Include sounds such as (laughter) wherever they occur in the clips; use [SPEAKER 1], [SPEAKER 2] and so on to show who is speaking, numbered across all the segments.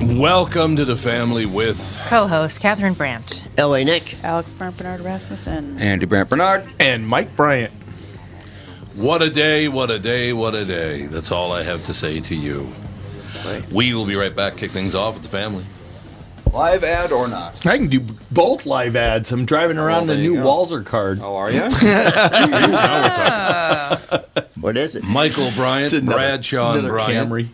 [SPEAKER 1] Welcome to the family with
[SPEAKER 2] Co-host Catherine Brandt.
[SPEAKER 3] L.A. Nick.
[SPEAKER 4] Alex Brant Bernard Rasmussen.
[SPEAKER 5] Andy Brant Bernard.
[SPEAKER 6] and Mike Bryant.
[SPEAKER 1] What a Day, What a Day, What a Day. That's all I have to say to you. We will be right back, kick things off with the family.
[SPEAKER 5] Live ad or not?
[SPEAKER 6] I can do both live ads. I'm driving around
[SPEAKER 5] there
[SPEAKER 6] the
[SPEAKER 5] you
[SPEAKER 6] new
[SPEAKER 5] go.
[SPEAKER 6] Walzer card.
[SPEAKER 5] Oh, are you?
[SPEAKER 3] What is it?
[SPEAKER 1] Michael Bryant,
[SPEAKER 6] It's another-
[SPEAKER 1] Bradshaw, and
[SPEAKER 6] another
[SPEAKER 1] Bryant.
[SPEAKER 6] Camry.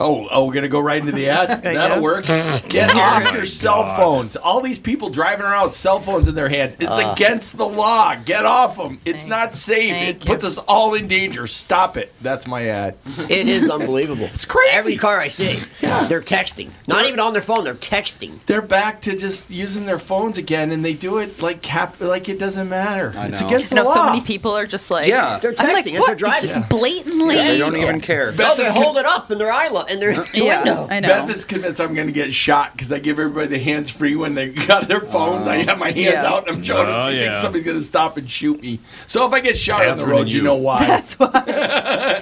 [SPEAKER 6] Oh, oh, we're gonna go right into the ad. That'll work. Get
[SPEAKER 1] Oh
[SPEAKER 6] off your cell phones. All these people driving around with cell phones in their hands. It's
[SPEAKER 5] Ah.
[SPEAKER 6] against the law. Get off them. It's
[SPEAKER 2] Thank-
[SPEAKER 6] not safe.
[SPEAKER 2] thank
[SPEAKER 6] It
[SPEAKER 2] you.
[SPEAKER 6] puts us all in danger. Stop it. That's my ad.
[SPEAKER 3] It is unbelievable. it's
[SPEAKER 6] crazy.
[SPEAKER 3] Every car I see, they're texting. Not even on their phone. They're texting.
[SPEAKER 6] They're back to just using their phones again, and they do it like cap, like it doesn't matter.
[SPEAKER 5] I
[SPEAKER 6] It's
[SPEAKER 5] know.
[SPEAKER 6] against
[SPEAKER 4] You
[SPEAKER 6] the
[SPEAKER 4] know,
[SPEAKER 6] law.
[SPEAKER 4] so many people are just like,
[SPEAKER 5] Yeah.
[SPEAKER 3] They're
[SPEAKER 4] I'm like,
[SPEAKER 3] texting as they're
[SPEAKER 4] what? It's
[SPEAKER 3] driving.
[SPEAKER 4] just blatantly.
[SPEAKER 5] They don't even care.
[SPEAKER 3] No, they hold it up in their eye lo- in their (laughs)
[SPEAKER 4] Yeah,
[SPEAKER 3] window.
[SPEAKER 4] I know.
[SPEAKER 6] Beth is convinced I'm going to get shot because I give everybody the hands free when they (laughs) got their phones. I have my hands
[SPEAKER 4] Yeah.
[SPEAKER 6] out and I'm showing them.
[SPEAKER 1] Oh,
[SPEAKER 6] She
[SPEAKER 1] yeah.
[SPEAKER 6] thinks somebody's going to stop and shoot me. So if I get shot on the
[SPEAKER 1] Catherine
[SPEAKER 6] road,
[SPEAKER 1] and
[SPEAKER 6] you.
[SPEAKER 1] you.
[SPEAKER 6] know why.
[SPEAKER 4] That's why.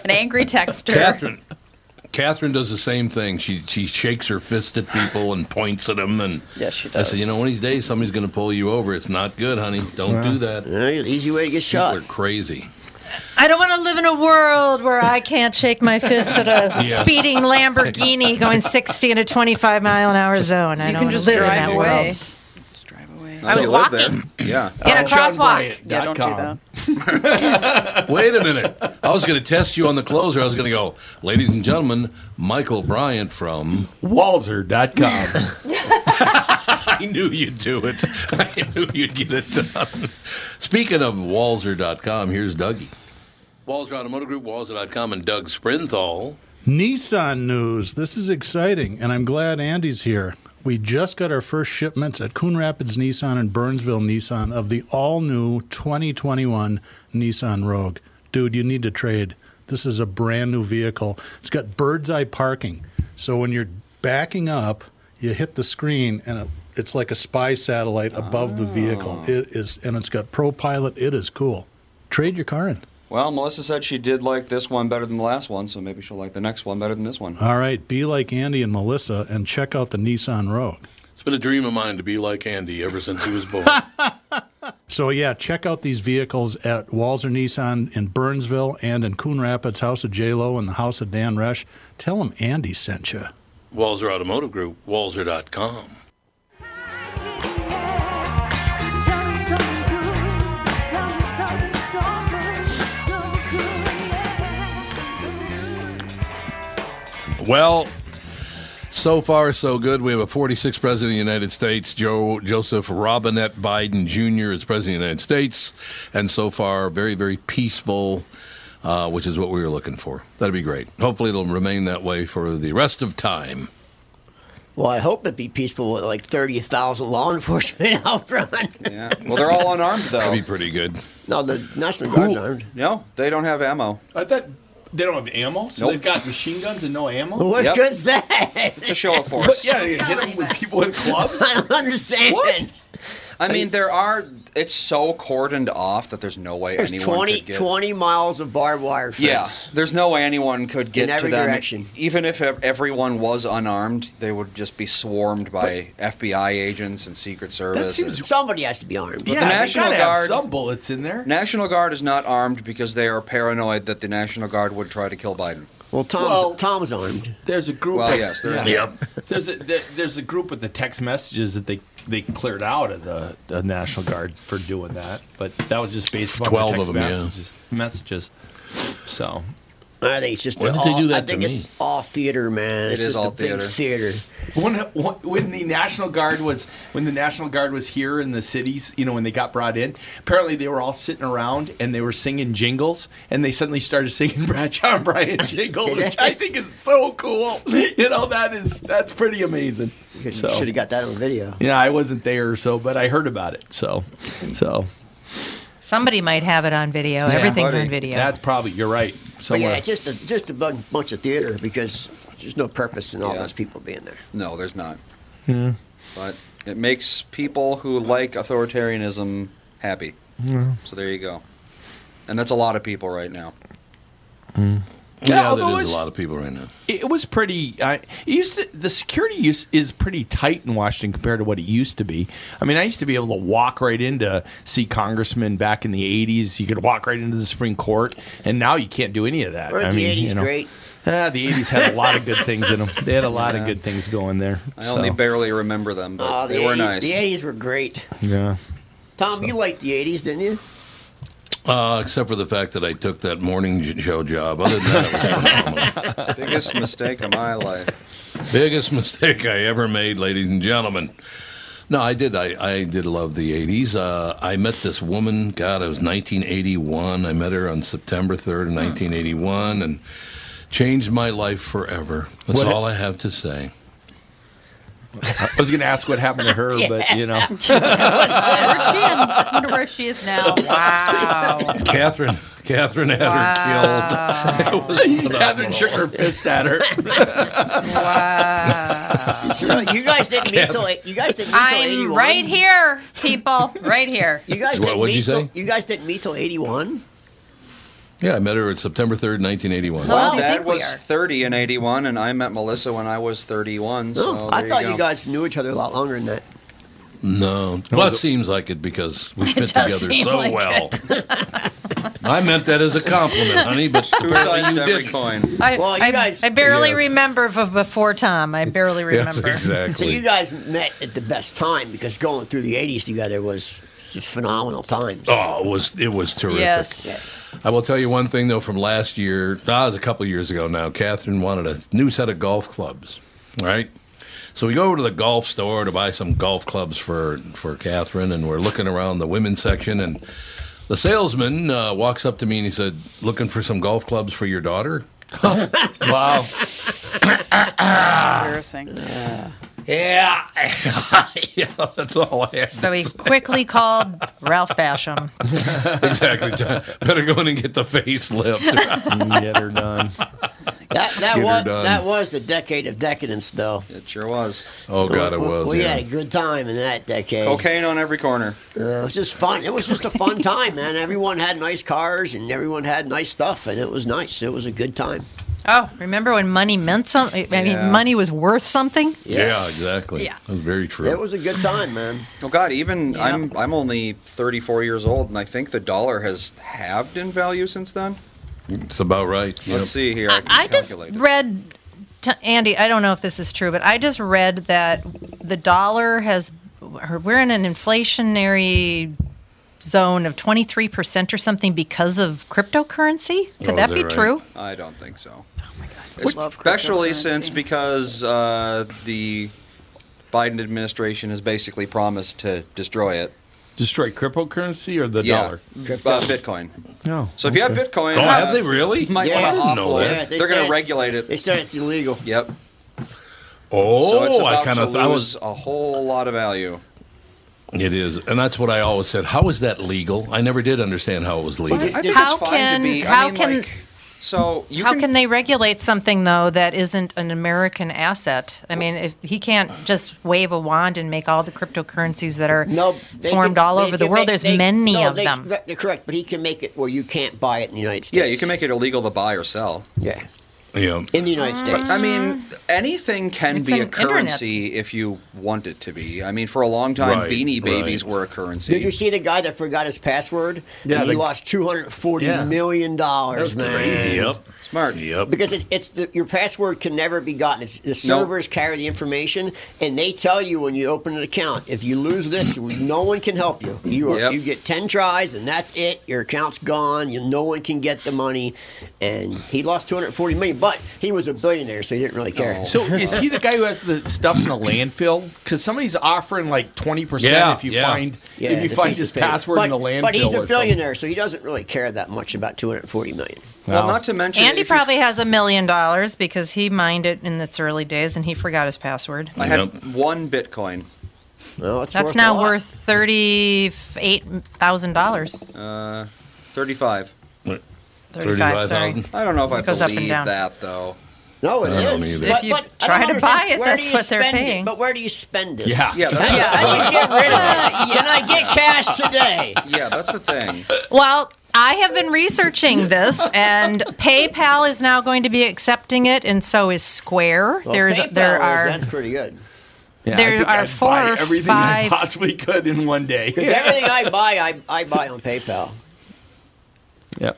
[SPEAKER 4] An angry (laughs) texter.
[SPEAKER 1] Catherine. Catherine does the same thing. She she shakes her fist at people and points at them. And
[SPEAKER 3] Yes, she
[SPEAKER 1] I said, you know, one of these days somebody's going to pull you over. It's not good, honey. Don't do that. People
[SPEAKER 3] Yeah, Easy way to get shot.
[SPEAKER 1] are crazy.
[SPEAKER 2] I don't want to live in a world where I can't shake my fist at a (laughs)
[SPEAKER 1] Yes.
[SPEAKER 2] speeding Lamborghini going 60 in a 25 mile an hour zone. I
[SPEAKER 4] You
[SPEAKER 2] don't
[SPEAKER 4] can
[SPEAKER 2] want to
[SPEAKER 4] just
[SPEAKER 2] live in that
[SPEAKER 4] drive away.
[SPEAKER 2] world.
[SPEAKER 4] Just drive away.
[SPEAKER 2] I was
[SPEAKER 5] Still live
[SPEAKER 2] walking
[SPEAKER 5] there. Yeah.
[SPEAKER 2] in a
[SPEAKER 6] Sean
[SPEAKER 2] crosswalk.
[SPEAKER 6] Bryant
[SPEAKER 4] Yeah, don't
[SPEAKER 6] dot com.
[SPEAKER 4] do that.
[SPEAKER 1] Wait a minute. I was going to test you on the closer. I was going to go, ladies and gentlemen, Michael Bryant from.
[SPEAKER 6] Walzer.com.
[SPEAKER 1] I knew you'd do it. (laughs) I knew you'd get it done. Speaking of Walzer.com, here's Dougie. Walzer Automotive Group, Walzer.com, and Doug Sprinthal.
[SPEAKER 7] Nissan news. This is exciting, and I'm glad Andy's here. We just got our first shipments at Coon Rapids Nissan and Burnsville Nissan of the all new 2021 Nissan Rogue. Dude, you need to trade. This is a brand new vehicle. It's got bird's eye parking. So when you're backing up, you hit the screen and it, it's like a spy satellite above the vehicle. It is and it's got ProPilot. It is cool. Trade your car in.
[SPEAKER 5] Well, Melissa said she did like this one better than the last one, so maybe she'll like the next one better than this
[SPEAKER 1] (laughs)
[SPEAKER 5] one.
[SPEAKER 7] All right, be like Andy and Melissa and check out the Nissan Rogue.
[SPEAKER 1] It's been a dream of mine to be like Andy ever since he was (laughs) born.
[SPEAKER 7] So yeah, check out these vehicles at Walzer Nissan in Burnsville and in Coon Rapids, House of J Lo and the House of Dan Resch. Tell them Andy sent you.
[SPEAKER 1] Walzer Automotive Group, Walzer.com. Well, so far so good. We have a 46th president of the United States, Joe Joseph Robinette Biden Jr. is president of the United States, and so far very very peaceful, uh, which is what we were looking for. That'd be great. Hopefully, it'll remain that way for the rest of time.
[SPEAKER 3] Well, I hope it'd be peaceful with like 30,000 law (laughs) enforcement out front.
[SPEAKER 5] Yeah. Well, they're all unarmed, though.
[SPEAKER 1] That'd be pretty good.
[SPEAKER 3] No, the National Guard's armed.
[SPEAKER 5] (laughs) No, they don't have ammo.
[SPEAKER 6] I thought they don't have ammo, so
[SPEAKER 5] Nope.
[SPEAKER 6] they've got machine guns and no ammo?
[SPEAKER 3] Well, what
[SPEAKER 5] Yep.
[SPEAKER 3] good's that? (laughs)
[SPEAKER 5] It's a show
[SPEAKER 1] (laughs)
[SPEAKER 5] of force.
[SPEAKER 6] But yeah, they hit them with people with clubs.
[SPEAKER 3] I don't understand.
[SPEAKER 5] What? I mean, there are. It's so cordoned off that there's no way
[SPEAKER 3] There's
[SPEAKER 5] anyone
[SPEAKER 3] 20,
[SPEAKER 5] could get.
[SPEAKER 3] 20 miles of barbed wire
[SPEAKER 5] Yeah,
[SPEAKER 3] fence.
[SPEAKER 5] there's no way anyone could get
[SPEAKER 3] every
[SPEAKER 5] to them.
[SPEAKER 3] direction.
[SPEAKER 5] Even if ev- everyone was unarmed, they would just be swarmed by FBI agents and Secret Service.
[SPEAKER 6] seems-
[SPEAKER 5] and-
[SPEAKER 3] Somebody has to be armed.
[SPEAKER 5] the
[SPEAKER 6] yeah, they
[SPEAKER 5] National
[SPEAKER 6] gotta
[SPEAKER 5] Guard-
[SPEAKER 6] Have some bullets in there.
[SPEAKER 5] National Guard is not armed because they are paranoid that the National Guard would try to kill Biden.
[SPEAKER 3] Well, Tom's,
[SPEAKER 6] Well-
[SPEAKER 3] Tom's armed.
[SPEAKER 6] There's a group.
[SPEAKER 5] Well,
[SPEAKER 6] of-
[SPEAKER 5] yes, there is
[SPEAKER 6] Yeah.
[SPEAKER 1] Yep.
[SPEAKER 6] There's a there- there's a group with the text messages that they they cleared out of the, the National Guard for doing that, but that was just based upon
[SPEAKER 1] 12
[SPEAKER 6] the text
[SPEAKER 1] of 'em, yeah.
[SPEAKER 6] messages, messages. So
[SPEAKER 3] I think it's just
[SPEAKER 1] Why
[SPEAKER 3] an
[SPEAKER 1] did they
[SPEAKER 3] all,
[SPEAKER 1] do that
[SPEAKER 3] I
[SPEAKER 1] to
[SPEAKER 3] think
[SPEAKER 1] me?
[SPEAKER 3] it's all theater, man. it's
[SPEAKER 5] is
[SPEAKER 3] just
[SPEAKER 5] all
[SPEAKER 3] a big
[SPEAKER 5] theater.
[SPEAKER 3] theater.
[SPEAKER 6] when, when when the National Guard was when the National Guard was here in the cities, you know, when they got brought in, apparently they were all sitting around and they were singing jingles, and they suddenly started singing (laughs) Bradshaw and Brian jingle, which I think is so cool. (laughs) You know, that is that's pretty amazing.
[SPEAKER 3] You
[SPEAKER 6] So-
[SPEAKER 3] should have got that on video.
[SPEAKER 6] Yeah, I wasn't there, so but I heard about it. So, so
[SPEAKER 2] Somebody might have it on video. Everything's
[SPEAKER 5] buddy.
[SPEAKER 2] on video.
[SPEAKER 6] that's probably you're right.
[SPEAKER 3] But
[SPEAKER 6] Somewhere.
[SPEAKER 3] yeah, it's just a, just a bun- bunch of theater because there's no purpose in all
[SPEAKER 5] Yeah.
[SPEAKER 3] those people being there.
[SPEAKER 5] No, there's not. But it makes people who like authoritarianism happy. So there you go. And that's a lot of people right now.
[SPEAKER 1] Yeah,
[SPEAKER 6] although
[SPEAKER 1] there is
[SPEAKER 6] it's-
[SPEAKER 1] a lot of people right now.
[SPEAKER 6] It was pretty. I it used to, the security use is pretty tight in Washington compared to what it used to be. I mean, I used to be able to walk right into see congressmen back in the '80s. You could walk right into the Supreme Court, and now you can't do any of that.
[SPEAKER 3] Weren't
[SPEAKER 6] I
[SPEAKER 3] the
[SPEAKER 6] mean,
[SPEAKER 3] 80s
[SPEAKER 6] you know,
[SPEAKER 3] great?
[SPEAKER 6] Ah, the '80s had a lot of good things in them. They had a lot of good things going there.
[SPEAKER 5] I only
[SPEAKER 6] so,
[SPEAKER 5] barely remember them, but
[SPEAKER 3] Oh, the
[SPEAKER 5] they were
[SPEAKER 3] 80s,
[SPEAKER 5] nice.
[SPEAKER 3] The 80s were great.
[SPEAKER 6] yeah.
[SPEAKER 3] Tom, you liked the 80s, didn't you?
[SPEAKER 1] Uh, except for the fact that I took that morning j- show job. Other than
[SPEAKER 6] (laughs)
[SPEAKER 1] that, it was phenomenal.
[SPEAKER 5] Biggest mistake of
[SPEAKER 3] (laughs)
[SPEAKER 5] my life.
[SPEAKER 1] Biggest (laughs) mistake I ever made, ladies and gentlemen. No, I did. I, I did love the 80s. Uh, I met this woman, God, it was 1981. I met her on September 3rd, 1981, and changed my life forever. That's
[SPEAKER 6] What-
[SPEAKER 1] all I have to say.
[SPEAKER 6] I was going to ask what happened to her,
[SPEAKER 3] (laughs)
[SPEAKER 6] but you know,
[SPEAKER 2] Oh,
[SPEAKER 6] (laughs)
[SPEAKER 4] Where's she in?
[SPEAKER 2] (laughs)
[SPEAKER 4] I wonder where she is now. Wow.
[SPEAKER 1] Catherine, (laughs) Catherine had her killed. (laughs) It was
[SPEAKER 6] Catherine
[SPEAKER 1] phenomenal.
[SPEAKER 6] shook her fist at her.
[SPEAKER 4] Wow.
[SPEAKER 3] So, like, you guys didn't meet till you guys didn't meet till 81.
[SPEAKER 4] I'm right here, people. Right here.
[SPEAKER 3] You guys
[SPEAKER 1] What-
[SPEAKER 3] didn't
[SPEAKER 1] what'd
[SPEAKER 3] meet
[SPEAKER 1] you say?
[SPEAKER 3] till you guys didn't meet till 81.
[SPEAKER 1] Yeah, I met her on September 3rd, 1981.
[SPEAKER 3] Oh,
[SPEAKER 4] Wow. do you
[SPEAKER 5] Dad
[SPEAKER 4] think we
[SPEAKER 5] was
[SPEAKER 4] are?
[SPEAKER 5] 30 in 81, and I met Melissa when I was 31. So
[SPEAKER 3] Oh,
[SPEAKER 5] there
[SPEAKER 3] I thought you,
[SPEAKER 5] go.
[SPEAKER 3] guys knew each other a lot longer than that.
[SPEAKER 1] No. Well, it seems like it because we
[SPEAKER 4] does
[SPEAKER 1] fit together
[SPEAKER 4] seem
[SPEAKER 1] so
[SPEAKER 4] like
[SPEAKER 1] well. I meant that as a compliment, honey, but
[SPEAKER 5] Two
[SPEAKER 1] apparently
[SPEAKER 5] sides
[SPEAKER 1] you
[SPEAKER 5] to every
[SPEAKER 1] did.
[SPEAKER 5] coin.
[SPEAKER 2] I,
[SPEAKER 3] Well, you
[SPEAKER 2] I,
[SPEAKER 3] guys-
[SPEAKER 2] I barely
[SPEAKER 1] Yes.
[SPEAKER 2] remember b- before Tom. I barely
[SPEAKER 1] Yes,
[SPEAKER 2] remember.
[SPEAKER 1] exactly.
[SPEAKER 3] So you guys met at the best time because going through the 80s together was just phenomenal times.
[SPEAKER 1] Oh, it was it was terrific.
[SPEAKER 4] Yes.
[SPEAKER 1] I will tell you one thing though from last year. Ah, it was a couple of years ago now. Catherine wanted a new set of golf clubs. Right. So we go over to the golf store to buy some golf clubs for for Catherine, and we're looking around the women's section, and the salesman uh, walks up to me and he said, "Looking for some golf clubs for your daughter."
[SPEAKER 6] Wow.
[SPEAKER 5] Ah.
[SPEAKER 4] Embarrassing.
[SPEAKER 1] Yeah, (laughs) yeah, that's all I had.
[SPEAKER 2] So he quickly called Ralph Basham.
[SPEAKER 1] exactly. Better go in and get the facelift. (laughs)
[SPEAKER 6] Get her done.
[SPEAKER 3] That that
[SPEAKER 1] Get her
[SPEAKER 3] was
[SPEAKER 1] done.
[SPEAKER 3] that was the decade of decadence, though.
[SPEAKER 5] It sure was.
[SPEAKER 1] oh God, it
[SPEAKER 3] We-
[SPEAKER 1] was.
[SPEAKER 3] We
[SPEAKER 1] yeah.
[SPEAKER 3] had a good time in that decade.
[SPEAKER 5] Cocaine on every corner.
[SPEAKER 3] Uh, it was just fun. It was just a fun time, man. Everyone had nice cars and everyone had nice stuff, and it was nice. It was a good time.
[SPEAKER 2] Oh, remember when money meant something? I mean,
[SPEAKER 5] Yeah.
[SPEAKER 2] money was worth something.
[SPEAKER 1] Yeah, exactly.
[SPEAKER 2] Yeah.
[SPEAKER 1] That was very true.
[SPEAKER 3] It was a good time, man.
[SPEAKER 5] Oh God, even I'm I'm only 34 years old, and I think the dollar has halved in value since then.
[SPEAKER 1] it's about right. Yep.
[SPEAKER 5] Let's see here. I, can
[SPEAKER 2] I just
[SPEAKER 5] calculate it.
[SPEAKER 2] read, to Andy, I don't know if this is true, but I just read that the dollar has, we're in an inflationary zone of 23% or something because of cryptocurrency. Could
[SPEAKER 1] Oh,
[SPEAKER 2] that
[SPEAKER 1] is
[SPEAKER 2] be
[SPEAKER 1] that right?
[SPEAKER 2] true?
[SPEAKER 5] I don't think so.
[SPEAKER 4] Love
[SPEAKER 5] Especially since
[SPEAKER 4] cryptocurrency.
[SPEAKER 5] because uh, the Biden administration has basically promised to destroy it.
[SPEAKER 6] Destroy cryptocurrency or the dollar?
[SPEAKER 5] Uh, Bitcoin.
[SPEAKER 6] No.
[SPEAKER 5] So if you have Bitcoin,
[SPEAKER 1] Oh,
[SPEAKER 5] uh,
[SPEAKER 1] have they really?
[SPEAKER 5] might
[SPEAKER 3] Yeah. I
[SPEAKER 5] want to
[SPEAKER 3] didn't
[SPEAKER 1] know
[SPEAKER 5] offload
[SPEAKER 1] that.
[SPEAKER 5] it.
[SPEAKER 3] they
[SPEAKER 5] They're
[SPEAKER 3] said
[SPEAKER 5] going
[SPEAKER 3] it's-
[SPEAKER 5] to regulate it.
[SPEAKER 3] They said it's illegal.
[SPEAKER 5] Yep. So
[SPEAKER 1] Oh,
[SPEAKER 5] it's about
[SPEAKER 1] I kind of
[SPEAKER 5] to
[SPEAKER 1] I
[SPEAKER 5] lose
[SPEAKER 1] was.
[SPEAKER 5] a whole lot of value.
[SPEAKER 1] It is, and that's what I always said. How is that legal? I never did understand how it was legal.
[SPEAKER 5] I think
[SPEAKER 2] How
[SPEAKER 5] it's fine
[SPEAKER 2] can-
[SPEAKER 5] to be. I
[SPEAKER 2] how
[SPEAKER 5] mean,
[SPEAKER 2] can-
[SPEAKER 5] like, so you
[SPEAKER 2] How can they regulate something though that isn't an American asset? I mean, if he can't just wave a wand and make all the cryptocurrencies that are
[SPEAKER 3] No, they
[SPEAKER 2] formed
[SPEAKER 3] can-
[SPEAKER 2] all
[SPEAKER 3] they
[SPEAKER 2] over the
[SPEAKER 3] can
[SPEAKER 2] world,
[SPEAKER 3] make-
[SPEAKER 2] there's
[SPEAKER 3] they-
[SPEAKER 2] many
[SPEAKER 3] no,
[SPEAKER 2] of
[SPEAKER 3] they-
[SPEAKER 2] them.
[SPEAKER 3] They're correct, but he can make it where you can't buy it in the United States.
[SPEAKER 5] Yeah, you can make it illegal to buy or sell.
[SPEAKER 3] Yeah,
[SPEAKER 1] Yeah.
[SPEAKER 3] in the United States.
[SPEAKER 5] I mean, anything can
[SPEAKER 2] Uh, It's
[SPEAKER 5] be a
[SPEAKER 2] an internet.
[SPEAKER 5] currency if you want it to be. I mean, for a long time,
[SPEAKER 1] Right,
[SPEAKER 5] Beanie Babies
[SPEAKER 1] right.
[SPEAKER 5] were a currency.
[SPEAKER 3] Did you see the guy that forgot his password?
[SPEAKER 6] Yeah,
[SPEAKER 3] and he
[SPEAKER 6] the-
[SPEAKER 3] lost two hundred forty
[SPEAKER 6] Yeah.
[SPEAKER 3] million dollars, man.
[SPEAKER 1] Yep.
[SPEAKER 5] Smart.
[SPEAKER 1] Yep.
[SPEAKER 3] Because it, it's the, your password can never be gotten. It's, the
[SPEAKER 5] No.
[SPEAKER 3] servers carry the information, and they tell you when you open an account. If you lose this, no one can help you. You are,
[SPEAKER 5] Yep.
[SPEAKER 3] you get ten tries, and that's it. Your account's gone. You, no one can get the money, and he lost two hundred forty million. But he was a billionaire, so he didn't really care.
[SPEAKER 6] Oh. So is he the guy who has the stuff in the landfill? Because somebody's offering like twenty percent
[SPEAKER 1] Yeah,
[SPEAKER 6] if you
[SPEAKER 1] yeah.
[SPEAKER 6] find
[SPEAKER 3] Yeah,
[SPEAKER 6] if you
[SPEAKER 3] the
[SPEAKER 6] find
[SPEAKER 3] piece
[SPEAKER 6] his
[SPEAKER 3] of paper.
[SPEAKER 6] password in the
[SPEAKER 3] But-
[SPEAKER 6] landfill.
[SPEAKER 3] But he's
[SPEAKER 6] or
[SPEAKER 3] a
[SPEAKER 6] something.
[SPEAKER 3] billionaire, so he doesn't really care that much about two hundred forty million.
[SPEAKER 5] Well,
[SPEAKER 6] Wow.
[SPEAKER 5] not to mention,
[SPEAKER 2] Andy
[SPEAKER 5] if you-
[SPEAKER 2] probably has a million dollars because he mined it in its early days and he forgot his password.
[SPEAKER 5] I had
[SPEAKER 1] Yep.
[SPEAKER 5] one Bitcoin.
[SPEAKER 3] No, it's
[SPEAKER 2] That's
[SPEAKER 3] worth a
[SPEAKER 2] now
[SPEAKER 3] lot.
[SPEAKER 2] worth thirty-eight thousand dollars.
[SPEAKER 5] 35.
[SPEAKER 2] Thirty-five, sorry.
[SPEAKER 1] 35,000.
[SPEAKER 5] I don't know if I
[SPEAKER 2] goes up and
[SPEAKER 5] believe
[SPEAKER 2] down.
[SPEAKER 5] that though.
[SPEAKER 3] No, it
[SPEAKER 1] I don't
[SPEAKER 3] is.
[SPEAKER 1] either.
[SPEAKER 2] If you
[SPEAKER 3] I
[SPEAKER 2] try
[SPEAKER 3] don't
[SPEAKER 2] to buy
[SPEAKER 3] understand,
[SPEAKER 2] it,
[SPEAKER 3] where do
[SPEAKER 2] that's
[SPEAKER 3] you
[SPEAKER 2] what they're
[SPEAKER 3] spend it?
[SPEAKER 2] paying.
[SPEAKER 3] But where do you spend this?
[SPEAKER 6] Yeah.
[SPEAKER 5] Yeah,
[SPEAKER 3] How do you,
[SPEAKER 2] (laughs)
[SPEAKER 5] that's,
[SPEAKER 3] how do you get rid of it? Can I get cash today?
[SPEAKER 5] yeah, that's the thing.
[SPEAKER 2] Well, I have been researching
[SPEAKER 3] (laughs)
[SPEAKER 2] this, and PayPal is now going to be accepting it, and so is Square. (laughs)
[SPEAKER 3] Well,
[SPEAKER 2] There's
[SPEAKER 3] PayPal
[SPEAKER 2] there
[SPEAKER 3] is,
[SPEAKER 2] are
[SPEAKER 3] that's pretty good.
[SPEAKER 6] Yeah,
[SPEAKER 2] There
[SPEAKER 6] I think
[SPEAKER 2] are
[SPEAKER 6] I'd
[SPEAKER 2] four
[SPEAKER 6] buy
[SPEAKER 2] or
[SPEAKER 6] everything I
[SPEAKER 2] five-
[SPEAKER 6] possibly could in one day.
[SPEAKER 3] Because everything I buy, I, I buy on PayPal.
[SPEAKER 6] Yep.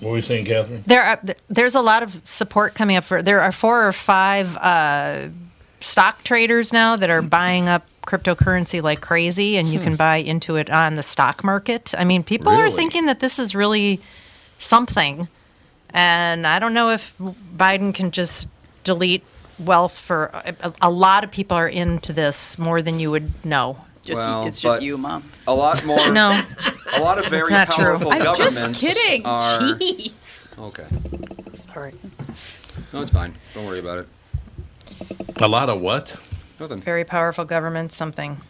[SPEAKER 1] What were you saying, Catherine?
[SPEAKER 2] there are there's a lot of support coming up for there are four or five uh, stock traders now that are buying up cryptocurrency like crazy and you can
[SPEAKER 3] Hmm.
[SPEAKER 2] buy into it on the stock market i mean people are
[SPEAKER 1] Really?
[SPEAKER 2] thinking that this is really something and i don't know if biden can just delete wealth for a, a lot of people are into this more than you would know
[SPEAKER 4] Just,
[SPEAKER 5] Well,
[SPEAKER 4] it's just
[SPEAKER 5] but-
[SPEAKER 4] you, mom.
[SPEAKER 5] A lot
[SPEAKER 2] (laughs)
[SPEAKER 5] more.
[SPEAKER 2] no
[SPEAKER 5] A lot of very
[SPEAKER 2] not true.
[SPEAKER 5] powerful
[SPEAKER 4] I'm
[SPEAKER 5] governments
[SPEAKER 4] just kidding.
[SPEAKER 5] are.
[SPEAKER 4] Jeez.
[SPEAKER 5] Okay.
[SPEAKER 2] sorry
[SPEAKER 5] No, it's fine. Don't worry about it.
[SPEAKER 1] A lot of what?
[SPEAKER 5] Nothing.
[SPEAKER 2] (coughs) very powerful government something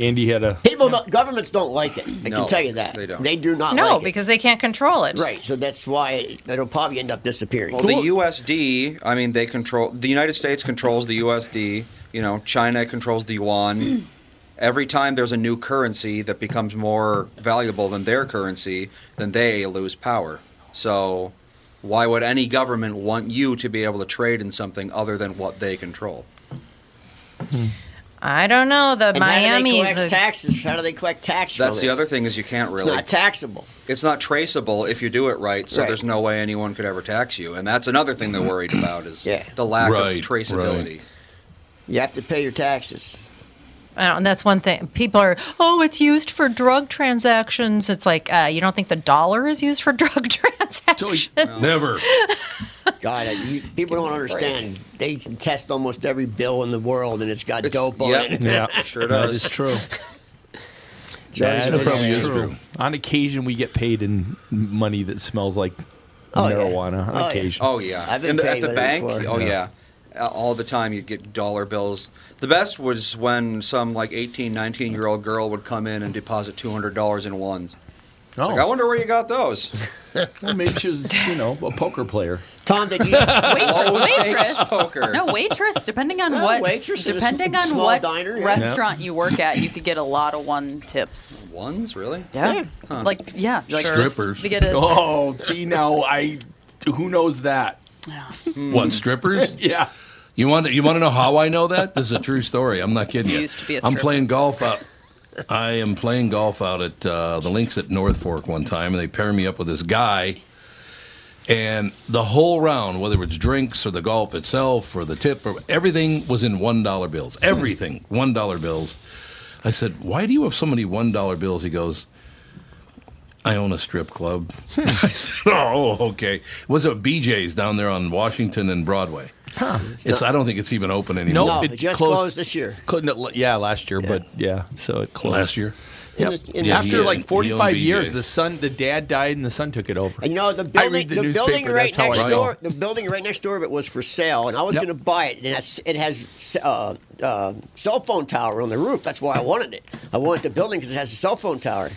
[SPEAKER 6] Andy had a.
[SPEAKER 3] People, don't, governments don't like it. I
[SPEAKER 5] No,
[SPEAKER 3] can tell you that.
[SPEAKER 5] they don't.
[SPEAKER 3] They do not
[SPEAKER 2] no
[SPEAKER 3] like it.
[SPEAKER 2] because they can't control it
[SPEAKER 3] Right, so that's why it'll probably end up disappearing.
[SPEAKER 5] Well, the USD. I mean, they control. The United States controls the USD. You know, China controls the yuan. Every time there's a new currency that becomes more valuable than their currency, then they lose power. So, why would any government want you to be able to trade in something other than what they control?
[SPEAKER 2] I don't know the
[SPEAKER 3] and
[SPEAKER 2] Miami.
[SPEAKER 3] How do they collect
[SPEAKER 2] the-
[SPEAKER 3] taxes? How do they collect tax? from
[SPEAKER 5] That's the
[SPEAKER 3] it?
[SPEAKER 5] other thing is you can't
[SPEAKER 3] It's
[SPEAKER 5] really.
[SPEAKER 3] not taxable.
[SPEAKER 5] it's not traceable if you do it right so
[SPEAKER 3] Right. Mm-hmm.
[SPEAKER 5] there's no way anyone could ever tax you and that's another thing they're worried about is
[SPEAKER 3] Yeah.
[SPEAKER 5] the lack
[SPEAKER 1] Right,
[SPEAKER 5] of traceability
[SPEAKER 1] right.
[SPEAKER 3] You have to pay your taxes.
[SPEAKER 2] I don't, Uh, that's one thing. People are, oh, it's used for drug transactions. It's like, uh, you don't think the dollar is used for (laughs) drug transactions?
[SPEAKER 5] (laughs)
[SPEAKER 1] Never.
[SPEAKER 3] God, I- you, people don't understand. They can test almost every bill in the world, and it's got
[SPEAKER 5] It's-
[SPEAKER 3] dope on (laughs)
[SPEAKER 5] yep.
[SPEAKER 3] it.
[SPEAKER 6] Yeah,
[SPEAKER 5] Sure
[SPEAKER 6] that
[SPEAKER 5] does.
[SPEAKER 6] is true.
[SPEAKER 3] Johnny's
[SPEAKER 6] That
[SPEAKER 3] been
[SPEAKER 1] probably
[SPEAKER 3] there.
[SPEAKER 1] is true.
[SPEAKER 6] On occasion, we get paid in money that smells like
[SPEAKER 3] Oh, yeah.
[SPEAKER 6] marijuana. On
[SPEAKER 3] Oh, yeah.
[SPEAKER 6] occasion.
[SPEAKER 5] oh yeah
[SPEAKER 3] I've been
[SPEAKER 5] And at
[SPEAKER 3] paid
[SPEAKER 5] the
[SPEAKER 3] with it
[SPEAKER 5] bank
[SPEAKER 3] before.
[SPEAKER 5] oh yeah. Uh, all the time you'd get dollar bills the best was when some like 18 19 year old girl would come in and deposit $200 in ones
[SPEAKER 6] Oh.
[SPEAKER 5] like i wonder where you got
[SPEAKER 6] (laughs)
[SPEAKER 5] those
[SPEAKER 6] Well, maybe (laughs) she was, you know, a poker player.
[SPEAKER 3] Tom,
[SPEAKER 5] (laughs)
[SPEAKER 3] did you?
[SPEAKER 4] Waitress,
[SPEAKER 5] Low stakes
[SPEAKER 4] waitress.
[SPEAKER 5] poker. (laughs)
[SPEAKER 4] No, waitress. Depending on
[SPEAKER 3] Well,
[SPEAKER 4] what,
[SPEAKER 3] waitress in a
[SPEAKER 4] depending
[SPEAKER 3] s-
[SPEAKER 4] on
[SPEAKER 3] small
[SPEAKER 4] what
[SPEAKER 3] diner, yeah.
[SPEAKER 4] restaurant you work at, you could get a lot of one tips.
[SPEAKER 5] ones really
[SPEAKER 4] Yeah, like yeah, like just-
[SPEAKER 1] Strippers.
[SPEAKER 4] You get a,
[SPEAKER 6] Oh, see now I. Who knows that?
[SPEAKER 1] What strippers?
[SPEAKER 6] Yeah.
[SPEAKER 1] You want to, you want to know how I know that? This is a true story. I'm not kidding you.
[SPEAKER 4] Used to be a
[SPEAKER 1] I'm
[SPEAKER 4] stripper.
[SPEAKER 1] playing golf out. I am playing golf out at uh, the links at North Fork one time, and they pair me up with this guy. And the whole round, whether it's drinks or the golf itself or the tip, or everything was in one dollar bills. Everything one dollar bills. I said, "Why do you have so many one dollar bills?" He goes, "I own a strip club."
[SPEAKER 4] Hmm.
[SPEAKER 1] (laughs) I said, "Oh, okay." It was a BJ's down there on Washington and Broadway. It's, I don't think it's even open anymore.
[SPEAKER 6] No.
[SPEAKER 3] no,
[SPEAKER 6] It
[SPEAKER 3] it just
[SPEAKER 6] closed-
[SPEAKER 3] closed, this year.
[SPEAKER 6] Couldn't. It, yeah, last year, but yeah. So it closed
[SPEAKER 1] Last year,
[SPEAKER 6] Yep.
[SPEAKER 3] In this- in
[SPEAKER 1] Yeah,
[SPEAKER 3] this
[SPEAKER 1] he
[SPEAKER 6] After
[SPEAKER 1] owned-
[SPEAKER 3] year.
[SPEAKER 1] he
[SPEAKER 6] like
[SPEAKER 1] owned
[SPEAKER 6] 45
[SPEAKER 1] BJ's.
[SPEAKER 6] years, the son, the dad died, and the son took it over.
[SPEAKER 3] And you know the
[SPEAKER 6] I
[SPEAKER 3] building,
[SPEAKER 6] read the
[SPEAKER 3] the, building
[SPEAKER 6] newspaper,
[SPEAKER 3] right
[SPEAKER 6] that's how I
[SPEAKER 3] next
[SPEAKER 6] know.
[SPEAKER 3] door, the building right next door of it was for sale, and I was
[SPEAKER 6] Yep.
[SPEAKER 3] going to buy it. And it's- it has uh, uh, cell phone tower on the roof. That's why I wanted it. I wanted the building because it has a cell phone tower,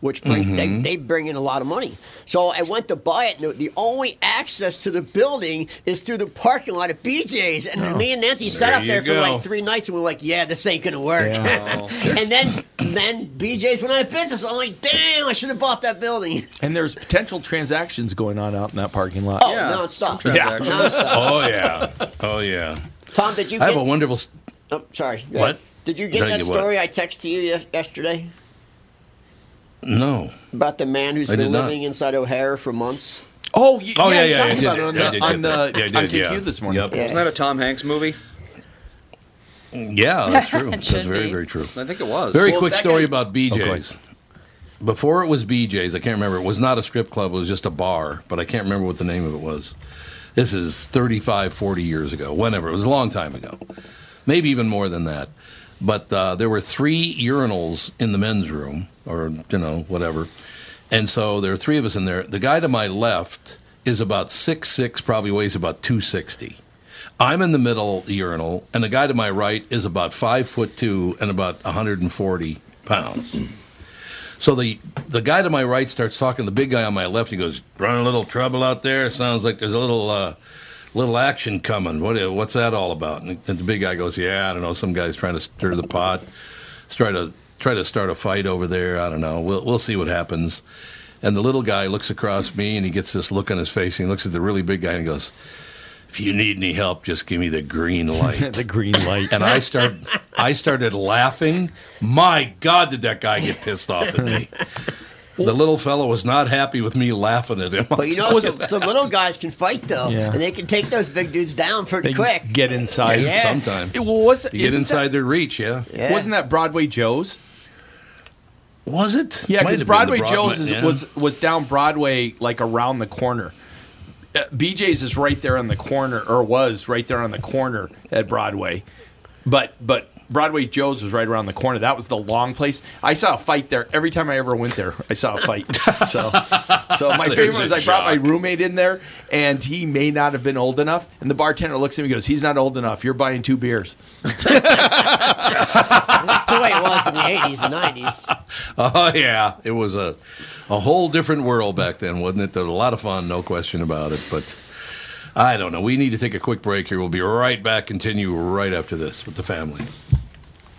[SPEAKER 3] which bring,
[SPEAKER 6] Mm-hmm.
[SPEAKER 3] they, they bring in a lot of money. So I went to buy it. And the, the only access to the building is through the parking lot of BJ's. And
[SPEAKER 6] Oh.
[SPEAKER 3] me and Nancy sat
[SPEAKER 1] There
[SPEAKER 3] up there
[SPEAKER 1] you
[SPEAKER 3] for
[SPEAKER 1] go.
[SPEAKER 3] like three nights, and we were like, "Yeah, this ain't going to work."
[SPEAKER 6] Yeah.
[SPEAKER 3] (laughs) and then then BJ's went out of business. I'm like, "Damn, I should have bought that building." (laughs)
[SPEAKER 6] And there's potential transactions going on out in that parking lot.
[SPEAKER 3] Oh,
[SPEAKER 5] Yeah,
[SPEAKER 3] no, stop.
[SPEAKER 5] some transactions.
[SPEAKER 3] No, stop.
[SPEAKER 1] Oh
[SPEAKER 4] (laughs)
[SPEAKER 1] yeah, oh yeah.
[SPEAKER 3] uh, Tom, did you
[SPEAKER 1] I
[SPEAKER 3] get?
[SPEAKER 1] have a wonderful. s-
[SPEAKER 3] oh, sorry. Go
[SPEAKER 1] What?
[SPEAKER 3] ahead. Did you get
[SPEAKER 1] Thank
[SPEAKER 3] that
[SPEAKER 1] you, what?
[SPEAKER 3] story I texted to you yes- yesterday
[SPEAKER 1] No.
[SPEAKER 3] about the man who's
[SPEAKER 1] I
[SPEAKER 3] been
[SPEAKER 1] did not.
[SPEAKER 3] living inside O'Hare for months?
[SPEAKER 6] Oh, you,
[SPEAKER 1] Oh
[SPEAKER 6] yeah,
[SPEAKER 1] yeah,
[SPEAKER 6] you
[SPEAKER 1] yeah,
[SPEAKER 6] talked
[SPEAKER 1] yeah.
[SPEAKER 6] about it
[SPEAKER 1] I
[SPEAKER 6] on
[SPEAKER 1] did,
[SPEAKER 6] the,
[SPEAKER 1] I did
[SPEAKER 6] on
[SPEAKER 1] get
[SPEAKER 6] the
[SPEAKER 1] that. Yeah, I
[SPEAKER 6] on
[SPEAKER 1] did,
[SPEAKER 6] KQ
[SPEAKER 1] yeah.
[SPEAKER 6] this morning.
[SPEAKER 1] Yep.
[SPEAKER 3] Yeah.
[SPEAKER 5] isn't that a tom hanks movie
[SPEAKER 4] (laughs)
[SPEAKER 1] Yeah, that's true.
[SPEAKER 4] It
[SPEAKER 1] That's
[SPEAKER 4] should
[SPEAKER 1] very,
[SPEAKER 4] be.
[SPEAKER 1] very true.
[SPEAKER 5] i think it was
[SPEAKER 1] Very
[SPEAKER 6] Well,
[SPEAKER 1] quick
[SPEAKER 6] that
[SPEAKER 1] story
[SPEAKER 6] guy- Oh,
[SPEAKER 1] about
[SPEAKER 6] go
[SPEAKER 1] BJ's. Before it was BJ's, I can't remember. It was not a strip club, it was just a bar, but I can't remember what the name of it was. This is 35, 40 years ago, whenever. It was a long time ago. Maybe even more than that. But uh, there were three urinals in the men's room, or, you know, whatever. And so there are three of us in there. The guy to my left is about six six, probably weighs about 260. I'm in the middle urinal, and the guy to my right is about five foot two and about 140 pounds. So the the guy to my right starts talking. to The big guy on my left, he goes, "Running a little trouble out there. Sounds like there's a little uh, little action coming. What what's that all about?" And the big guy goes, "Yeah, I don't know. Some guy's trying to stir the pot, trying to try to start a fight over there. I don't know. We'll we'll see what happens. And the little guy looks across me and he gets this look on his face. And he looks at the really big guy and he goes, "If you need any help, just give me the green light."
[SPEAKER 8] the green light.
[SPEAKER 1] and I start I started laughing. My God, did that guy get pissed off at me? The little fellow was not happy with me laughing at him. (laughs)
[SPEAKER 3] But you know, some, some little guys can fight though,
[SPEAKER 8] Yeah.
[SPEAKER 3] and they can take those big dudes down pretty
[SPEAKER 8] They
[SPEAKER 3] quick.
[SPEAKER 8] get inside.
[SPEAKER 3] Yeah.
[SPEAKER 1] sometime
[SPEAKER 6] It was
[SPEAKER 1] you get inside their reach. Yeah,
[SPEAKER 3] Yeah.
[SPEAKER 6] Wasn't that Broadway Joe's?
[SPEAKER 1] was it?
[SPEAKER 6] Yeah, because
[SPEAKER 1] Might have been
[SPEAKER 6] Broadway
[SPEAKER 1] the
[SPEAKER 6] Joe's is,
[SPEAKER 1] yeah.
[SPEAKER 6] was was down Broadway like around the corner. Uh, BJ's is right there on the corner, or was right there on the corner at Broadway, but but Broadway Joe's was right around the corner. That was the long place. I saw a fight there every time I ever went there. I saw a fight.
[SPEAKER 1] (laughs)
[SPEAKER 6] So so my
[SPEAKER 1] There's
[SPEAKER 6] favorite was
[SPEAKER 1] a
[SPEAKER 6] I brought my
[SPEAKER 1] jock.
[SPEAKER 6] roommate in there, and he may not have been old enough. And the bartender looks at me and goes, "He's not old enough. You're buying two beers."
[SPEAKER 3] That's the way it was in the eighties and
[SPEAKER 1] (laughs)
[SPEAKER 3] nineties.
[SPEAKER 1] Oh yeah, it was a a whole different world back then, wasn't it? There was a lot of fun, no question about it. But I don't know. We need to take a quick break here. We'll be right back. Continue right after this with the family.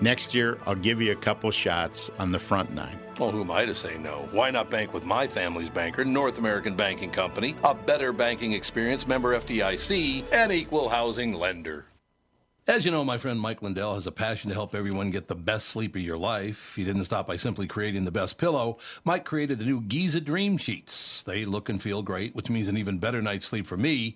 [SPEAKER 9] Next year, I'll give you a couple shots on the front nine.
[SPEAKER 1] Well, who am I to say no? Why not bank with my family's banker, North American Banking Company, a better banking experience, member FDIC, and equal housing lender? As you know, my friend Mike Lindell has a passion to help everyone get the best sleep of your life. He didn't stop by simply creating the best pillow. Mike created the new Giza Dream Sheets. They look and feel great, which means an even better night's sleep for me,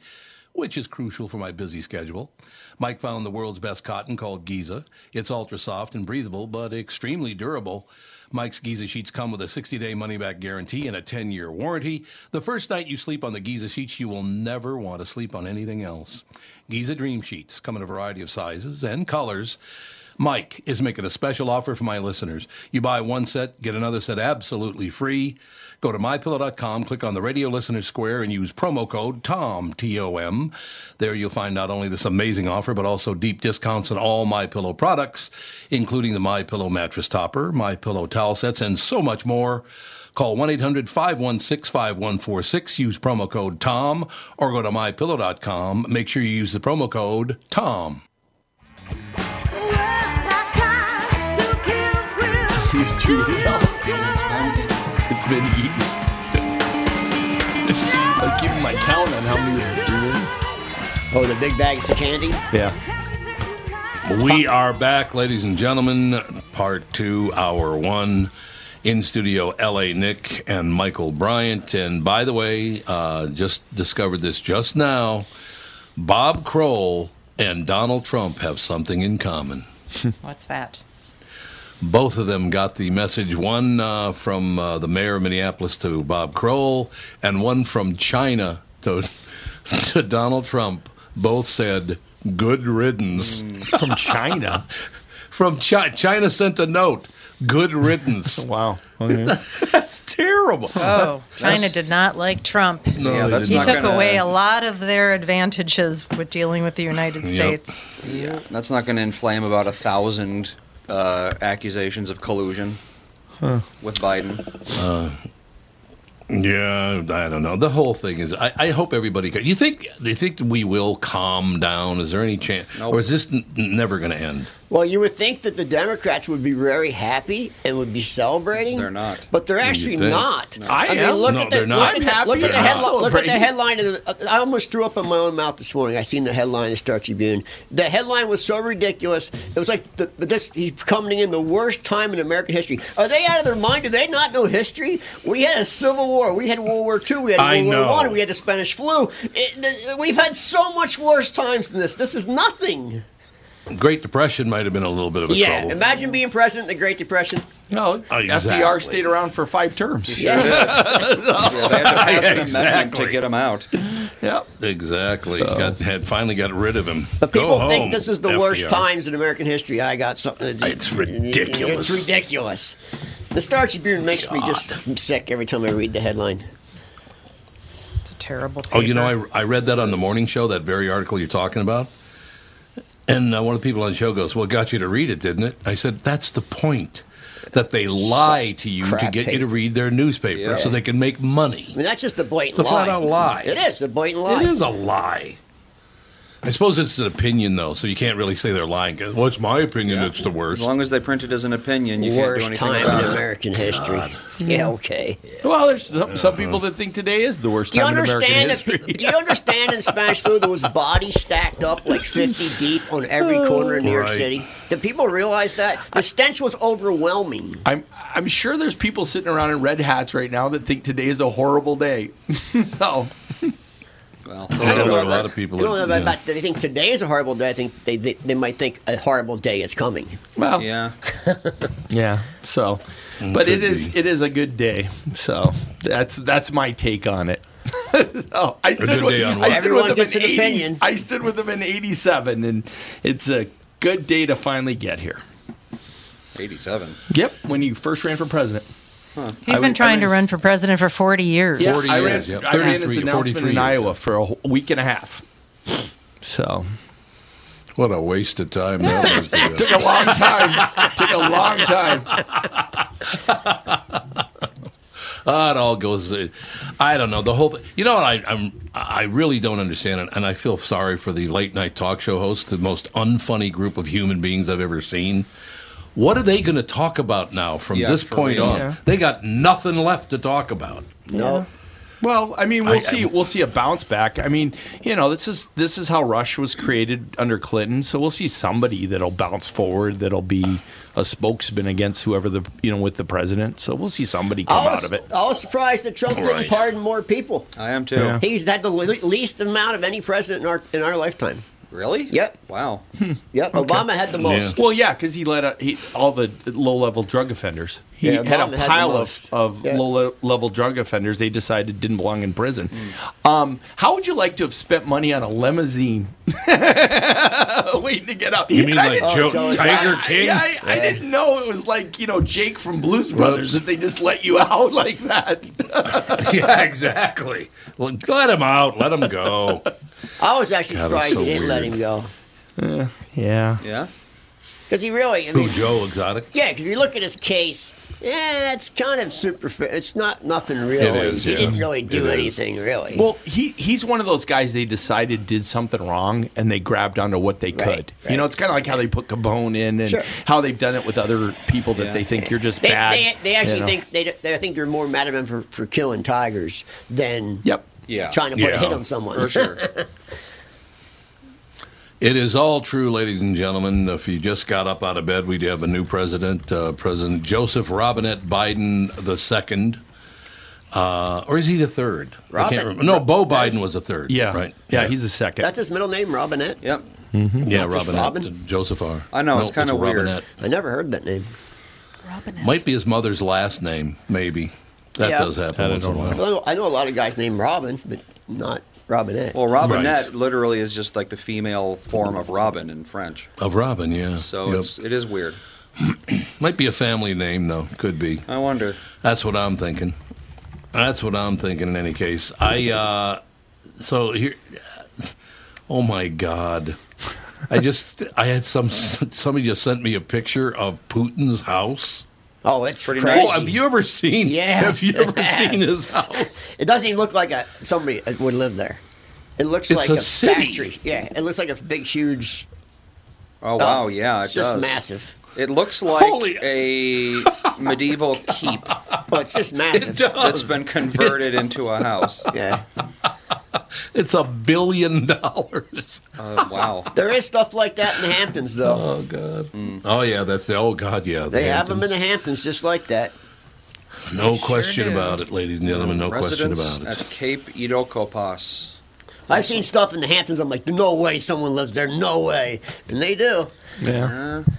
[SPEAKER 1] which is crucial for my busy schedule. Mike found the world's best cotton called Giza. It's ultra soft and breathable, but extremely durable. Mike's Giza sheets come with a 60 day money back guarantee and a 10 year warranty. The first night you sleep on the Giza sheets, you will never want to sleep on anything else. Giza Dream Sheets come in a variety of sizes and colors. Mike is making a special offer for my listeners. You buy one set, get another set absolutely free. Go to mypillow.com, click on the radio listener square, and use promo code TOM, T O M. There you'll find not only this amazing offer, but also deep discounts on all My Pillow products, including the My Pillow mattress topper, My Pillow towel sets, and so much more. Call 1 800 516 5146. Use promo code TOM or go to mypillow.com. Make sure you use the promo code TOM.
[SPEAKER 6] He's chewed it up. It's been eaten. I was keeping my count on how many there were.
[SPEAKER 3] Oh, the big bags of candy.
[SPEAKER 6] Yeah.
[SPEAKER 1] We are back, ladies and gentlemen. Part two, hour one. In studio, L.A. Nick and Michael Bryant. And by the way, uh, just discovered this just now. Bob Kroll and Donald Trump have something in common.
[SPEAKER 2] What's that?
[SPEAKER 1] Both of them got the message. One uh, from uh, the mayor of Minneapolis to Bob Kroll, and one from China to, (laughs) to Donald Trump. Both said, "Good riddance."
[SPEAKER 6] Mm. From China.
[SPEAKER 1] (laughs) From China, China sent a note. Good riddance.
[SPEAKER 6] (laughs) Wow.
[SPEAKER 1] (laughs) That's terrible.
[SPEAKER 2] Oh, China did not like Trump.
[SPEAKER 1] No,
[SPEAKER 5] Yeah,
[SPEAKER 1] they
[SPEAKER 5] that's
[SPEAKER 2] He
[SPEAKER 1] didn't.
[SPEAKER 5] not
[SPEAKER 2] took
[SPEAKER 5] gonna-
[SPEAKER 2] away a lot of their advantages with dealing with the United States.
[SPEAKER 5] Yeah, that's not going to inflame about a thousand uh, accusations of collusion with Biden.
[SPEAKER 1] (laughs) Yeah, I don't know. The whole thing is. I, I hope everybody. Can, you think? They think we will calm down? Is there any chance?
[SPEAKER 5] Nope.
[SPEAKER 1] Or is this n- never going to end?
[SPEAKER 3] Well, you would think that the Democrats would be very happy and would be celebrating.
[SPEAKER 5] They're not.
[SPEAKER 3] But they're actually
[SPEAKER 1] think.
[SPEAKER 3] not.
[SPEAKER 6] I
[SPEAKER 3] mean,
[SPEAKER 6] am.
[SPEAKER 3] Look
[SPEAKER 1] No,
[SPEAKER 3] at the,
[SPEAKER 1] they're not.
[SPEAKER 3] Look
[SPEAKER 6] I'm
[SPEAKER 3] at, the-
[SPEAKER 6] happy
[SPEAKER 3] Look at, the,
[SPEAKER 6] they're not
[SPEAKER 3] headline, look at the
[SPEAKER 6] celebrating.
[SPEAKER 3] headline. Of the, I almost threw up in my own mouth this morning. I seen the headline in the Star Tribune. The headline was so ridiculous. It was like the, the- this. he's coming in the worst time in American history. Are they out of their mind? Do they not know history? We had a Civil War. We had World War II. We had
[SPEAKER 1] I
[SPEAKER 3] World
[SPEAKER 1] know.
[SPEAKER 3] War One. We had the Spanish flu. It, the, we've had so much worse times than this. This is nothing.
[SPEAKER 1] Great Depression might have been a little bit of a
[SPEAKER 3] Yeah,
[SPEAKER 1] trouble.
[SPEAKER 3] imagine being president in the Great
[SPEAKER 1] (laughs)
[SPEAKER 3] Depression.
[SPEAKER 6] No,
[SPEAKER 1] Exactly.
[SPEAKER 6] FDR stayed around for five terms.
[SPEAKER 3] Yeah.
[SPEAKER 5] Yeah, they had to (laughs) pass an amendment
[SPEAKER 1] Exactly.
[SPEAKER 5] to get him out.
[SPEAKER 6] Yeah.
[SPEAKER 1] Exactly. Got, had finally got rid of him.
[SPEAKER 3] But
[SPEAKER 1] Go
[SPEAKER 3] people
[SPEAKER 1] home,
[SPEAKER 3] think this is the worst
[SPEAKER 1] FDR.
[SPEAKER 3] times in American history. I got something. To,
[SPEAKER 1] It's
[SPEAKER 3] It's
[SPEAKER 1] ridiculous.
[SPEAKER 3] ridiculous. The Star Tribune makes me just sick every time I read the headline.
[SPEAKER 2] It's a terrible.
[SPEAKER 1] Oh,
[SPEAKER 2] paper.
[SPEAKER 1] you know, I, I read that on the morning show, that very article you're talking about. And uh, one of the people on the show goes, Well, it got you to read it, didn't it? I said, That's the point. That they lie to you to
[SPEAKER 3] crap
[SPEAKER 1] get you
[SPEAKER 3] tape.
[SPEAKER 1] to read their newspaper
[SPEAKER 5] Yeah.
[SPEAKER 1] so they can make money.
[SPEAKER 3] I mean, that's just a blatant
[SPEAKER 1] It's a
[SPEAKER 3] lie.
[SPEAKER 1] flat-out lie.
[SPEAKER 3] It is a blatant lie.
[SPEAKER 1] It is a lie. I suppose it's an opinion, though, so you can't really say they're lying. 'cause, well, it's my opinion it's the worst.
[SPEAKER 5] As long as they print it as an opinion, you
[SPEAKER 3] worst
[SPEAKER 5] can't do anything
[SPEAKER 3] time
[SPEAKER 5] about
[SPEAKER 3] in
[SPEAKER 5] it.
[SPEAKER 3] American history. Yeah, okay.
[SPEAKER 6] Well, there's some, some people that think today is the worst
[SPEAKER 3] Do you
[SPEAKER 6] time in American
[SPEAKER 3] understand that?
[SPEAKER 6] history.
[SPEAKER 3] pe- Do you understand in Spanish flu there was bodies stacked up like 50 deep on every corner in New York
[SPEAKER 1] Oh, Right.
[SPEAKER 3] City? Did people realize that? The stench was overwhelming.
[SPEAKER 6] (laughs) I'm I'm sure there's people sitting around in red hats right now that think today is a horrible day. (laughs) so
[SPEAKER 5] Well,
[SPEAKER 1] I
[SPEAKER 5] those
[SPEAKER 1] know
[SPEAKER 5] are-
[SPEAKER 1] there are a
[SPEAKER 3] about-
[SPEAKER 1] lot of people
[SPEAKER 3] I don't know
[SPEAKER 1] that-
[SPEAKER 3] about-
[SPEAKER 1] yeah.
[SPEAKER 3] about- they think today is a horrible day. I think they, they they might think a horrible day is coming.
[SPEAKER 6] well, yeah,
[SPEAKER 5] yeah.
[SPEAKER 6] So, but
[SPEAKER 1] Mm, could
[SPEAKER 6] it is
[SPEAKER 1] be.
[SPEAKER 6] it is a good day. So that's that's my take on it. (laughs) so I stood
[SPEAKER 1] good
[SPEAKER 6] with,
[SPEAKER 1] day on what?
[SPEAKER 6] I stood
[SPEAKER 3] Everyone
[SPEAKER 6] with them
[SPEAKER 3] gets
[SPEAKER 6] in
[SPEAKER 3] an
[SPEAKER 6] 80
[SPEAKER 3] opinion.
[SPEAKER 6] I stood with them in '87, and it's a good day to finally get here.
[SPEAKER 5] 87.
[SPEAKER 6] Yep, when you first ran for president.
[SPEAKER 2] He's
[SPEAKER 6] I
[SPEAKER 2] been
[SPEAKER 6] was-
[SPEAKER 2] trying to
[SPEAKER 6] I was-
[SPEAKER 2] run for president for 40 years.
[SPEAKER 1] Yeah. 40
[SPEAKER 6] I ran,
[SPEAKER 1] years, yep.
[SPEAKER 6] I ran this
[SPEAKER 1] 33
[SPEAKER 6] announcement
[SPEAKER 1] 43
[SPEAKER 6] in
[SPEAKER 1] years.
[SPEAKER 6] Iowa for a wh- week and a half. So
[SPEAKER 1] what a waste of
[SPEAKER 3] (laughs)
[SPEAKER 1] time that was. to
[SPEAKER 6] took a long
[SPEAKER 1] (laughs)
[SPEAKER 6] time. took a long time.
[SPEAKER 1] Uh, it all goes. I don't know the whole. thing. You know what? I, I'm. I really don't understand it, and I feel sorry for the late night talk show hosts, the most unfunny group of human beings I've ever seen. What are they going to talk about now? From
[SPEAKER 5] Yeah,
[SPEAKER 1] this
[SPEAKER 5] for
[SPEAKER 1] point
[SPEAKER 5] real.
[SPEAKER 1] on,
[SPEAKER 6] Yeah.
[SPEAKER 1] they got nothing left to talk about.
[SPEAKER 3] No,
[SPEAKER 6] Well, I mean, we'll
[SPEAKER 1] I-
[SPEAKER 6] see. we'll see a bounce back. I mean, you know, this is this is how Rush was created under Clinton. So we'll see somebody that'll bounce forward. That'll be a spokesman against whoever the you know with the president. So we'll see somebody come
[SPEAKER 3] I
[SPEAKER 6] out
[SPEAKER 3] was,
[SPEAKER 6] of it.
[SPEAKER 3] I was surprised that Trump
[SPEAKER 1] Right.
[SPEAKER 3] didn't pardon more people.
[SPEAKER 5] I am too.
[SPEAKER 6] Yeah.
[SPEAKER 3] He's had the le- least amount of any president in our in our lifetime.
[SPEAKER 5] Really?
[SPEAKER 3] Yep.
[SPEAKER 5] Wow.
[SPEAKER 1] Hmm.
[SPEAKER 3] Yep, Obama had the most.
[SPEAKER 6] Well, yeah, because he let out he, all the low-level drug offenders. He
[SPEAKER 3] Yeah, Obama
[SPEAKER 6] had a
[SPEAKER 3] had the
[SPEAKER 6] pile of,
[SPEAKER 3] most.
[SPEAKER 6] of
[SPEAKER 3] Yeah.
[SPEAKER 6] low-level drug offenders they decided didn't belong in prison. Um, how would you like to have spent money on a limousine (laughs) waiting to get out?
[SPEAKER 1] You mean
[SPEAKER 6] And I
[SPEAKER 1] like
[SPEAKER 6] didn't-
[SPEAKER 1] Joe
[SPEAKER 3] Joe
[SPEAKER 1] Tiger
[SPEAKER 6] I-
[SPEAKER 1] King?
[SPEAKER 6] I, I didn't know it was like you know Jake from Blues Brothers that they just let you (laughs) out like that. (laughs)
[SPEAKER 1] (laughs) yeah, exactly. Well, let him out. Let
[SPEAKER 6] (laughs)
[SPEAKER 1] him go.
[SPEAKER 3] I was actually
[SPEAKER 1] God, that's
[SPEAKER 3] surprised
[SPEAKER 1] so
[SPEAKER 3] he didn't let
[SPEAKER 1] weird.
[SPEAKER 3] him go
[SPEAKER 6] yeah.
[SPEAKER 3] (laughs)
[SPEAKER 5] Yeah.
[SPEAKER 3] because he really. I
[SPEAKER 1] Who,
[SPEAKER 3] mean,
[SPEAKER 1] Joe Exotic?
[SPEAKER 3] yeah, because you look at his case, yeah, it's kind of superficial. It's not nothing really.
[SPEAKER 1] is,
[SPEAKER 3] he
[SPEAKER 1] yeah.
[SPEAKER 3] didn't really do
[SPEAKER 1] It is.
[SPEAKER 3] anything really.
[SPEAKER 6] Well, he he's one of those guys they decided did something wrong and they grabbed onto what they could.
[SPEAKER 3] Right,
[SPEAKER 6] You know,
[SPEAKER 3] right.
[SPEAKER 6] it's kind of like how they put Cabone in and
[SPEAKER 3] Sure.
[SPEAKER 6] how they've done it with other people that
[SPEAKER 5] Yeah.
[SPEAKER 6] they think you're just
[SPEAKER 3] They,
[SPEAKER 6] bad.
[SPEAKER 3] they, they actually
[SPEAKER 6] you know.
[SPEAKER 3] think they, they think you're more mad at them for, for killing tigers than
[SPEAKER 6] Yep.
[SPEAKER 5] Yeah.
[SPEAKER 3] trying to put
[SPEAKER 1] Yeah.
[SPEAKER 3] a hit on someone.
[SPEAKER 1] (laughs)
[SPEAKER 5] For sure.
[SPEAKER 1] It is all true, ladies and gentlemen. If you just got up out of bed, we do have a new president, uh, President Joseph Robinette Biden the second, uh, or is he the third? I can't
[SPEAKER 3] Robin-
[SPEAKER 1] remember. No, Bo
[SPEAKER 3] that is-
[SPEAKER 1] Biden was the third.
[SPEAKER 6] Yeah.
[SPEAKER 1] right.
[SPEAKER 6] Yeah, he's a second.
[SPEAKER 3] That's his middle name, Robinette.
[SPEAKER 5] Yep.
[SPEAKER 1] yeah,
[SPEAKER 3] not just
[SPEAKER 1] Robinette.
[SPEAKER 3] Robin.
[SPEAKER 1] Joseph R.
[SPEAKER 5] I know, it's kinda weird.
[SPEAKER 1] Robinette.
[SPEAKER 3] I never heard that name.
[SPEAKER 4] Robinette.
[SPEAKER 1] Might be his mother's last name, maybe. That
[SPEAKER 2] Yeah.
[SPEAKER 1] does happen once in
[SPEAKER 3] I
[SPEAKER 1] a while.
[SPEAKER 3] know, I know a lot of guys named Robin, but not Robinette.
[SPEAKER 5] Well, Robinette
[SPEAKER 1] Right.
[SPEAKER 5] literally is just like the female form of Robin in French.
[SPEAKER 1] Of Robin, yeah.
[SPEAKER 5] So
[SPEAKER 1] Yep.
[SPEAKER 5] it's, it is weird.
[SPEAKER 1] might be a family name though. Could be.
[SPEAKER 5] I wonder.
[SPEAKER 1] That's what I'm thinking. That's what I'm thinking. In any case, I uh, so here. Oh my God! I just I had some somebody just sent me a picture of Putin's house.
[SPEAKER 3] oh, it's
[SPEAKER 5] Pretty
[SPEAKER 3] crazy.
[SPEAKER 5] nice.
[SPEAKER 1] Oh, have you ever seen?
[SPEAKER 3] Yeah.
[SPEAKER 1] Have you
[SPEAKER 3] (laughs)
[SPEAKER 1] ever seen his house?
[SPEAKER 3] It doesn't even look like a somebody that would live there. It looks
[SPEAKER 1] It's
[SPEAKER 3] like
[SPEAKER 1] a
[SPEAKER 3] a,
[SPEAKER 1] city.
[SPEAKER 3] factory. Yeah, it looks like a big, huge
[SPEAKER 5] Oh wow, yeah, it
[SPEAKER 3] it's just
[SPEAKER 5] does.
[SPEAKER 3] massive.
[SPEAKER 5] It looks like
[SPEAKER 1] Holy-
[SPEAKER 5] a medieval keep
[SPEAKER 3] Well, it's
[SPEAKER 1] (laughs)
[SPEAKER 3] just massive.
[SPEAKER 5] that's been converted into a house.
[SPEAKER 3] Yeah.
[SPEAKER 1] It's a billion dollars.
[SPEAKER 5] Uh, wow.
[SPEAKER 3] There is stuff like that in the Hamptons, though.
[SPEAKER 1] (laughs) Oh God. Oh yeah, that's the. Oh God, yeah. the
[SPEAKER 3] they have them in
[SPEAKER 1] Hamptons.
[SPEAKER 3] the Hamptons just like that.
[SPEAKER 1] No question
[SPEAKER 2] do.
[SPEAKER 1] about it, ladies and gentlemen. No question
[SPEAKER 5] Residents
[SPEAKER 1] about it.
[SPEAKER 5] at Cape Iroquois.
[SPEAKER 3] I've seen stuff in the Hamptons. I'm like, no way someone lives there. No way. And they do.
[SPEAKER 6] Yeah.
[SPEAKER 5] Uh,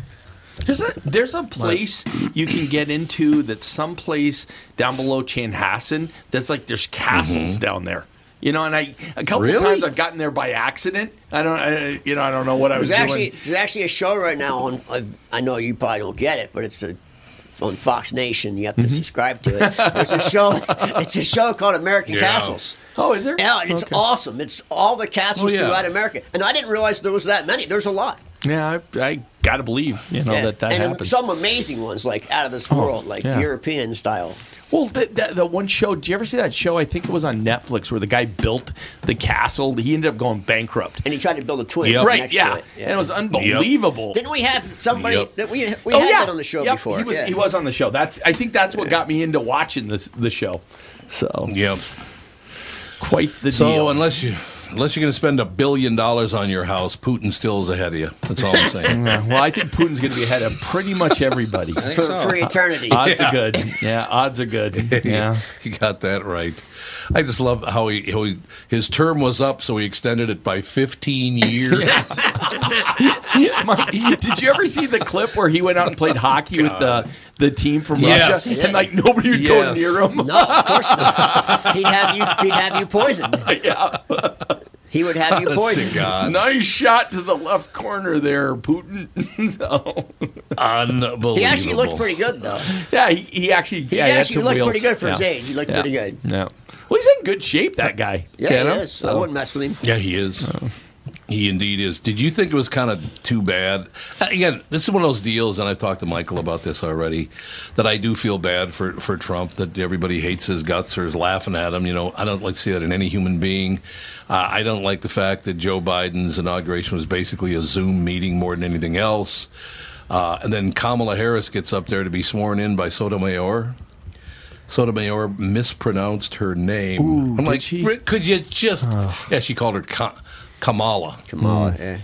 [SPEAKER 6] There's a there's a place you can get into that's someplace down below Chanhassen that's like there's castles down there. You know, and I a couple
[SPEAKER 1] Really?
[SPEAKER 6] times I've gotten there by accident. I don't, I, you know, I don't know what I was
[SPEAKER 3] There's actually
[SPEAKER 6] doing.
[SPEAKER 3] there's actually a show right now on. I, I know you probably don't get it, but it's a on Fox Nation. You have to
[SPEAKER 6] Mm-hmm.
[SPEAKER 3] subscribe to it. There's a show. (laughs) It's a show called American
[SPEAKER 1] Yeah.
[SPEAKER 3] Castles.
[SPEAKER 6] Oh, is there?
[SPEAKER 3] Yeah, and it's awesome. It's all the castles
[SPEAKER 1] Oh, yeah.
[SPEAKER 3] throughout America, and I didn't realize there was that many. There's a lot.
[SPEAKER 6] Yeah, I, I gotta believe you know
[SPEAKER 3] Yeah.
[SPEAKER 6] Oh, that that
[SPEAKER 3] and um,
[SPEAKER 6] happens. Oh,
[SPEAKER 3] some amazing ones, like out of this world, like
[SPEAKER 6] yeah.
[SPEAKER 3] European style.
[SPEAKER 6] Well, the, the, the one show. Did you ever see that show? I think it was on Netflix where the guy built the castle. He ended up going bankrupt.
[SPEAKER 3] And he tried to build a twin
[SPEAKER 1] Yep.
[SPEAKER 6] Right?
[SPEAKER 3] next
[SPEAKER 6] Yeah.
[SPEAKER 3] to it.
[SPEAKER 6] and it was unbelievable.
[SPEAKER 3] Didn't we have somebody
[SPEAKER 1] Yep.
[SPEAKER 3] that we we
[SPEAKER 6] Oh,
[SPEAKER 3] had
[SPEAKER 6] yeah.
[SPEAKER 3] that on the show
[SPEAKER 6] Yep,
[SPEAKER 3] before?
[SPEAKER 6] He was,
[SPEAKER 3] yeah.
[SPEAKER 6] he was on the show. That's I think that's what got me into watching the the show. So
[SPEAKER 1] Yep.
[SPEAKER 6] quite the
[SPEAKER 1] So
[SPEAKER 6] deal.
[SPEAKER 1] unless you unless you're going to spend a billion dollars on your house, Putin still is ahead of you. That's all
[SPEAKER 3] (laughs)
[SPEAKER 1] I'm
[SPEAKER 3] Mm,
[SPEAKER 1] saying.
[SPEAKER 6] Yeah, well, I think Putin's going to be ahead of pretty much everybody.
[SPEAKER 5] I think
[SPEAKER 3] for,
[SPEAKER 5] so.
[SPEAKER 3] for
[SPEAKER 6] (laughs)
[SPEAKER 3] eternity.
[SPEAKER 6] Odds are good. Yeah, odds are
[SPEAKER 1] (laughs)
[SPEAKER 6] good. Yeah.
[SPEAKER 1] you got that right. I just love how he, how he his term was up, so he extended it by 15
[SPEAKER 3] (laughs)
[SPEAKER 1] years.
[SPEAKER 6] Mike, did you ever see the clip where he went out and played hockey with the the team from
[SPEAKER 1] Yes.
[SPEAKER 6] Russia and like nobody would go
[SPEAKER 1] Yes.
[SPEAKER 6] near
[SPEAKER 1] (laughs)
[SPEAKER 6] him?
[SPEAKER 3] No, of course not. he'd have you. He'd have you poisoned.
[SPEAKER 6] yeah.
[SPEAKER 3] He would have
[SPEAKER 5] (laughs)
[SPEAKER 3] you
[SPEAKER 1] Honest
[SPEAKER 3] poisoned.
[SPEAKER 1] to God.
[SPEAKER 6] Nice shot to the left corner there, Putin. (laughs) so,
[SPEAKER 1] Unbelievable.
[SPEAKER 3] He actually looked pretty good though.
[SPEAKER 6] yeah, he, he actually
[SPEAKER 3] He
[SPEAKER 6] yeah, had
[SPEAKER 3] actually
[SPEAKER 6] some
[SPEAKER 3] looked
[SPEAKER 6] wheels.
[SPEAKER 3] pretty good for his
[SPEAKER 6] Yeah.
[SPEAKER 3] age. He looked
[SPEAKER 6] Yeah.
[SPEAKER 3] pretty good.
[SPEAKER 6] Yeah. Well, he's in good shape, that guy.
[SPEAKER 3] Yeah,
[SPEAKER 6] you know?
[SPEAKER 3] he is. I
[SPEAKER 6] So-
[SPEAKER 3] wouldn't mess with him.
[SPEAKER 5] Uh,
[SPEAKER 1] Yeah, he is. He indeed is. Did you think it was kind of too bad? Uh, Again, this is one of those deals, and I've talked to Michael about this already. That I do feel bad for for Trump. That everybody hates his guts or is laughing at him. You know, I don't like to see that in any human being. Uh, I don't like the fact that Joe Biden's inauguration was basically a Zoom meeting more than anything else. Uh, and then Kamala Harris gets up there to be sworn in by Sotomayor. Sotomayor mispronounced her name. I'm like,
[SPEAKER 6] she?
[SPEAKER 1] "Rick, could you just? Yeah, she called her Ka- Kamala.
[SPEAKER 3] Kamala, yeah.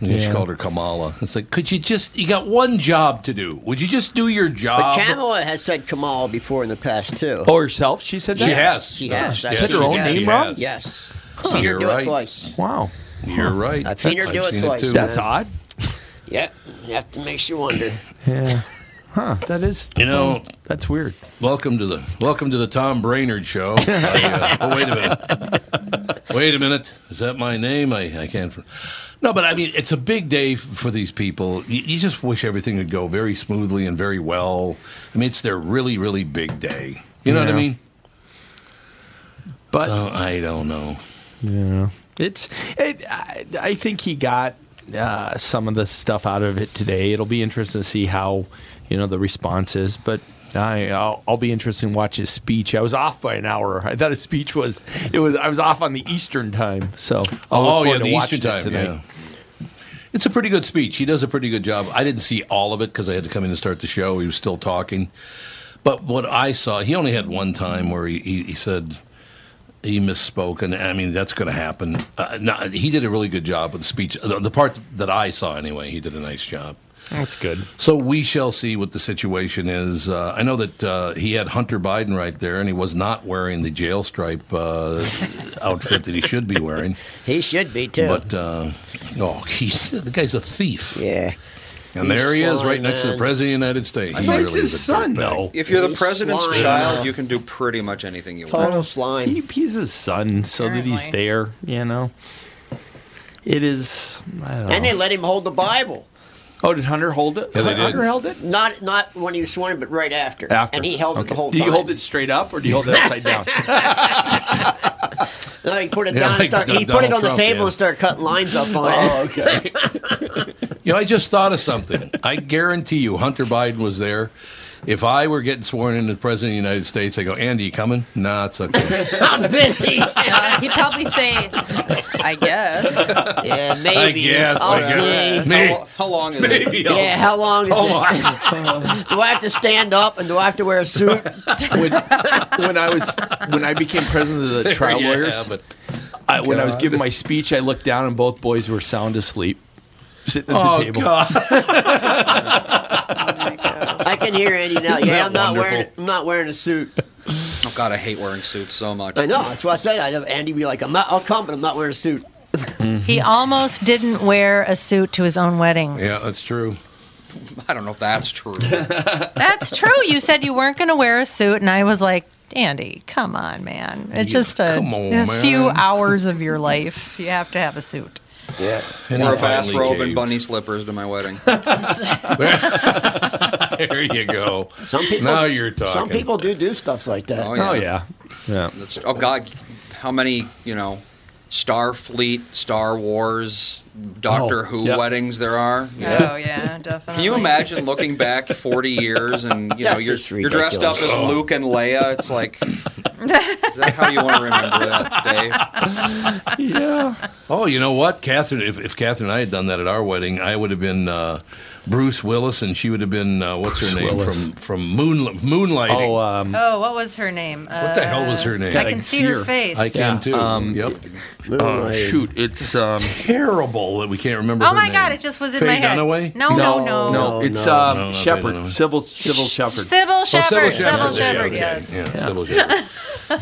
[SPEAKER 1] Yeah, She
[SPEAKER 6] Yeah.
[SPEAKER 1] called her Kamala. It's like, could you just? You got one job to do. Would you just do your
[SPEAKER 3] But
[SPEAKER 1] job?
[SPEAKER 3] Kamala has said Kamal before in the past too.
[SPEAKER 6] Oh, herself? She said that?
[SPEAKER 1] She has.
[SPEAKER 3] She has.
[SPEAKER 1] Yeah,
[SPEAKER 3] I've
[SPEAKER 1] she
[SPEAKER 3] seen
[SPEAKER 6] her own
[SPEAKER 3] that.
[SPEAKER 6] name
[SPEAKER 3] She
[SPEAKER 1] wrong?
[SPEAKER 3] has. Yes. Seen her
[SPEAKER 1] You're
[SPEAKER 3] do
[SPEAKER 1] right.
[SPEAKER 3] it twice.
[SPEAKER 6] Wow.
[SPEAKER 1] You're right.
[SPEAKER 3] I've seen her
[SPEAKER 1] That's-
[SPEAKER 3] do it
[SPEAKER 1] seen
[SPEAKER 3] twice.
[SPEAKER 1] too.
[SPEAKER 6] That's
[SPEAKER 3] Yeah.
[SPEAKER 6] odd.
[SPEAKER 3] Yep. That makes you wonder.
[SPEAKER 6] Yeah. (laughs) Huh. That is.
[SPEAKER 1] You know,
[SPEAKER 6] That's weird.
[SPEAKER 1] welcome to the welcome to the Tom Brainerd show. I, uh, oh, wait a minute. Wait a minute. Is that my name? I, I can't. No, but I mean, it's a big day f- for these people. You, you just wish everything would go very smoothly and very well. I mean, it's their really, really big day. You know what I
[SPEAKER 6] Yeah.
[SPEAKER 1] mean?
[SPEAKER 6] But
[SPEAKER 1] So I don't know.
[SPEAKER 6] it's. It, I, I think he got uh, some of the stuff out of it today. It'll be interesting to see how you know the response is, but. I, I'll, I'll be interested in watch his speech. I was off by an hour. I thought his speech was it was. I was off on the Eastern time. So I'll look
[SPEAKER 1] Oh,
[SPEAKER 6] forward
[SPEAKER 1] yeah,
[SPEAKER 6] to
[SPEAKER 1] the
[SPEAKER 6] watching
[SPEAKER 1] Eastern
[SPEAKER 6] it
[SPEAKER 1] time. Yeah.
[SPEAKER 6] tonight.
[SPEAKER 1] It's a pretty good speech. He does a pretty good job. I didn't see all of it because I had to come in and start the show. He was still talking. But what I saw, he only had one time where he, he, he said he misspoke. And I mean, that's going to happen. Uh, no, he did a really good job with the speech. The, the part that I saw, anyway, he did a nice job.
[SPEAKER 6] That's good.
[SPEAKER 1] So we shall see what the situation is. Uh, I know that uh, he had Hunter Biden right there, and he was not wearing the jail stripe uh, outfit that he should be wearing.
[SPEAKER 3] He should be too.
[SPEAKER 1] But uh, oh, he's, the guy's a thief.
[SPEAKER 3] yeah.
[SPEAKER 1] and there he is,
[SPEAKER 3] He's
[SPEAKER 1] right next to
[SPEAKER 3] slimy,
[SPEAKER 1] the
[SPEAKER 3] man.
[SPEAKER 1] president of the United States. He
[SPEAKER 6] But it's
[SPEAKER 1] really is
[SPEAKER 6] his
[SPEAKER 1] a
[SPEAKER 6] son,
[SPEAKER 1] dirtbag.
[SPEAKER 6] though.
[SPEAKER 5] If you're the
[SPEAKER 3] He's
[SPEAKER 5] president's
[SPEAKER 3] slime.
[SPEAKER 5] child, you can do pretty much anything you want.
[SPEAKER 3] Total slime.
[SPEAKER 6] He, he's his son, so that he's
[SPEAKER 2] Apparently.
[SPEAKER 6] there, you know. It is. I don't
[SPEAKER 3] And
[SPEAKER 6] know.
[SPEAKER 3] they let him hold the Bible.
[SPEAKER 6] oh, did Hunter hold it?
[SPEAKER 1] Yeah, they did.
[SPEAKER 6] Hunter held it?
[SPEAKER 3] Not not when he was sworn, in, but right after.
[SPEAKER 6] After.
[SPEAKER 3] And he held it
[SPEAKER 6] Okay.
[SPEAKER 3] the whole
[SPEAKER 6] Do
[SPEAKER 3] time.
[SPEAKER 6] you hold it straight up or do you hold it upside (laughs) down?
[SPEAKER 3] No, he put it
[SPEAKER 1] Yeah,
[SPEAKER 3] down.
[SPEAKER 1] like
[SPEAKER 3] and start,
[SPEAKER 1] Don-
[SPEAKER 3] he put it
[SPEAKER 1] Donald
[SPEAKER 3] on
[SPEAKER 1] Trump,
[SPEAKER 3] the table
[SPEAKER 1] yeah. Oh,
[SPEAKER 3] and started cutting lines up on it.
[SPEAKER 6] okay.
[SPEAKER 1] You know, I just thought of something. I guarantee you, Hunter Biden was there, If I were getting sworn in as president of the United States, I go, Andy, you coming? Nah, it's okay.
[SPEAKER 3] (laughs) I'm
[SPEAKER 1] (laughs)
[SPEAKER 3] busy.
[SPEAKER 4] Uh, he'd probably say, I guess.
[SPEAKER 3] yeah, maybe.
[SPEAKER 1] I guess.
[SPEAKER 3] I'll
[SPEAKER 1] I guess.
[SPEAKER 3] see.
[SPEAKER 1] Me.
[SPEAKER 5] How, how long is it?
[SPEAKER 1] (laughs) Maybe I'll-
[SPEAKER 3] Yeah, how long is
[SPEAKER 1] Oh,
[SPEAKER 3] it?
[SPEAKER 1] my.
[SPEAKER 3] Do I have to stand up and do I have to wear a suit?
[SPEAKER 1] (laughs)
[SPEAKER 6] when, when I was when I became president of the trial
[SPEAKER 1] (laughs) Yeah,
[SPEAKER 6] lawyers,
[SPEAKER 1] but-
[SPEAKER 6] I, when I was
[SPEAKER 1] God.
[SPEAKER 6] giving my speech, I looked down and both boys were sound asleep, sitting at the
[SPEAKER 1] oh,
[SPEAKER 6] table.
[SPEAKER 1] God.
[SPEAKER 3] I can hear Andy now. Yeah, I'm not wearing
[SPEAKER 1] wonderful?
[SPEAKER 3] I'm not wearing a suit.
[SPEAKER 5] Oh God, I hate wearing suits so much.
[SPEAKER 3] I know. That's what I said. I know Andy be like, I'm not. I'll come, but I'm not wearing a suit.
[SPEAKER 2] He almost didn't wear a suit to his own wedding.
[SPEAKER 1] Yeah, that's true.
[SPEAKER 5] I don't know if that's true.
[SPEAKER 2] That's true. You said you weren't going to wear a suit, and I was like, Andy, come on, man. It's
[SPEAKER 1] Yeah,
[SPEAKER 2] just a,
[SPEAKER 1] come on,
[SPEAKER 2] a
[SPEAKER 1] man."
[SPEAKER 2] few hours of your life. You have to have a suit.
[SPEAKER 3] Yeah.
[SPEAKER 1] And
[SPEAKER 5] Wore a
[SPEAKER 1] he finally
[SPEAKER 5] bathrobe
[SPEAKER 1] caved.
[SPEAKER 5] and bunny slippers to my wedding.
[SPEAKER 1] (laughs) There you go.
[SPEAKER 3] Some people.
[SPEAKER 1] Now you're talking.
[SPEAKER 3] Some people do do stuff like that.
[SPEAKER 5] Oh yeah.
[SPEAKER 6] Oh yeah, yeah.
[SPEAKER 5] That's- oh God, how many you know, Starfleet, Star Wars, Doctor
[SPEAKER 7] Oh,
[SPEAKER 5] Who
[SPEAKER 6] yeah.
[SPEAKER 5] weddings there are.
[SPEAKER 2] Oh, yeah, definitely.
[SPEAKER 5] Can you imagine looking back 40 years and you know
[SPEAKER 3] That's
[SPEAKER 5] you're
[SPEAKER 3] just
[SPEAKER 5] you're dressed up as
[SPEAKER 3] ridiculous.
[SPEAKER 5] Luke and Leia? It's like, is that how you want to remember that day?
[SPEAKER 1] Oh, you know what, Catherine? If, if Catherine and I had done that at our wedding, I would have been uh, Bruce Willis, and she would have been uh, what's her name
[SPEAKER 6] Willis.
[SPEAKER 1] from from Moon Moonlighting.
[SPEAKER 6] Oh, um,
[SPEAKER 2] Oh, what was her name?
[SPEAKER 1] what the hell was her name?
[SPEAKER 2] I can see her face.
[SPEAKER 1] I can
[SPEAKER 6] Yeah,
[SPEAKER 1] too.
[SPEAKER 6] um,
[SPEAKER 1] yep.
[SPEAKER 6] uh, shoot, it's um,
[SPEAKER 1] Terrible that we can't remember.
[SPEAKER 2] Oh
[SPEAKER 1] her
[SPEAKER 2] my
[SPEAKER 1] name.
[SPEAKER 2] God! It just was in
[SPEAKER 1] Faye
[SPEAKER 2] my head.
[SPEAKER 1] Dunaway?
[SPEAKER 2] No, no, no,
[SPEAKER 3] No,
[SPEAKER 6] no,
[SPEAKER 3] Oh,
[SPEAKER 6] it's
[SPEAKER 3] no.
[SPEAKER 6] um,
[SPEAKER 1] No, no, no,
[SPEAKER 6] Shepherd,
[SPEAKER 1] no, no.
[SPEAKER 6] civil, civil Shepherd.
[SPEAKER 2] Sybil
[SPEAKER 1] Oh,
[SPEAKER 2] Shepherd. Sybil
[SPEAKER 1] Sybil
[SPEAKER 2] Shepherd.
[SPEAKER 1] Shepherd. yeah,
[SPEAKER 2] Yes.
[SPEAKER 1] okay. Yeah, Sybil Shepherd.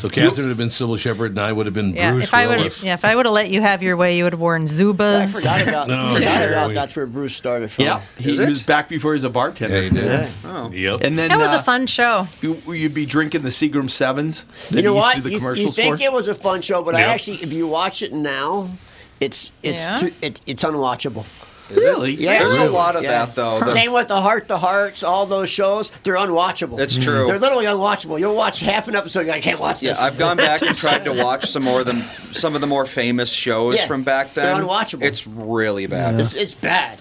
[SPEAKER 1] So Catherine would have been Sybil Shepherd, and I would have been
[SPEAKER 2] Yeah.
[SPEAKER 1] Bruce
[SPEAKER 2] if I would,
[SPEAKER 1] Willis.
[SPEAKER 2] yeah, if I would have let you have your way, you would have worn
[SPEAKER 3] I
[SPEAKER 2] Zubas.
[SPEAKER 3] forgot about.
[SPEAKER 1] (laughs) No,
[SPEAKER 3] forgot
[SPEAKER 1] yeah,
[SPEAKER 3] about.
[SPEAKER 1] we-
[SPEAKER 3] That's where Bruce started from.
[SPEAKER 6] Yeah, he,
[SPEAKER 5] Is
[SPEAKER 6] he
[SPEAKER 5] it?
[SPEAKER 6] was back before he was a bartender.
[SPEAKER 1] Yeah, you did.
[SPEAKER 3] Yeah.
[SPEAKER 1] Yep.
[SPEAKER 6] And then
[SPEAKER 2] That was
[SPEAKER 6] uh,
[SPEAKER 2] a fun show.
[SPEAKER 6] You, you'd be drinking the Seagram Sevens. that
[SPEAKER 3] You know
[SPEAKER 6] he used to
[SPEAKER 3] what?
[SPEAKER 6] do The
[SPEAKER 3] you, you
[SPEAKER 6] commercials
[SPEAKER 3] think
[SPEAKER 6] for.
[SPEAKER 3] it was a fun show, but I
[SPEAKER 1] Yeah.
[SPEAKER 3] actually, if you watch it now, it's it's
[SPEAKER 2] Yeah?
[SPEAKER 3] too, it, it's unwatchable.
[SPEAKER 6] really?
[SPEAKER 3] Yeah.
[SPEAKER 5] There's a
[SPEAKER 1] Really?
[SPEAKER 5] lot of
[SPEAKER 3] Yeah.
[SPEAKER 5] that though. The-
[SPEAKER 3] Same with the heart to hearts, all those shows, they're unwatchable.
[SPEAKER 5] It's true.
[SPEAKER 3] They're literally unwatchable. You'll watch half an episode, you're like, I can't watch
[SPEAKER 5] Yeah,
[SPEAKER 3] this.
[SPEAKER 5] I've gone back and tried to watch some more of them, some of the more famous shows
[SPEAKER 3] Yeah,
[SPEAKER 5] from back
[SPEAKER 3] they're
[SPEAKER 5] then.
[SPEAKER 3] unwatchable. Mm.
[SPEAKER 5] It's really bad.
[SPEAKER 3] (laughs) It's, it's bad.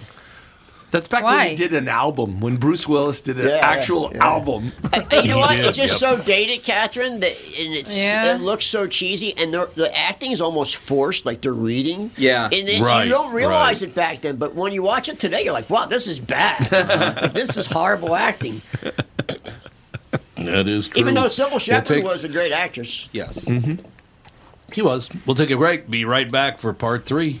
[SPEAKER 6] That's back when
[SPEAKER 2] Why?
[SPEAKER 6] he did an album, when Bruce Willis did an
[SPEAKER 3] Yeah,
[SPEAKER 6] actual
[SPEAKER 3] yeah.
[SPEAKER 6] album. (laughs)
[SPEAKER 3] And- and (laughs) you know what?
[SPEAKER 1] Yeah,
[SPEAKER 3] It's just
[SPEAKER 1] yep.
[SPEAKER 3] so dated, Catherine. That and it's
[SPEAKER 2] Yeah.
[SPEAKER 3] it looks so cheesy, and the the acting is almost forced, like they're reading.
[SPEAKER 5] Yeah.
[SPEAKER 3] and then
[SPEAKER 1] Right,
[SPEAKER 3] you don't realize
[SPEAKER 1] right.
[SPEAKER 3] it back then, but when you watch it today, you're like, wow, this is (laughs) bad. Like, this is horrible acting.
[SPEAKER 1] That is true.
[SPEAKER 3] Even though Sybil
[SPEAKER 1] We'll
[SPEAKER 3] Shepherd
[SPEAKER 1] take-
[SPEAKER 3] was a great actress.
[SPEAKER 5] Yes.
[SPEAKER 1] He was. We'll take a break. Be right back for part three.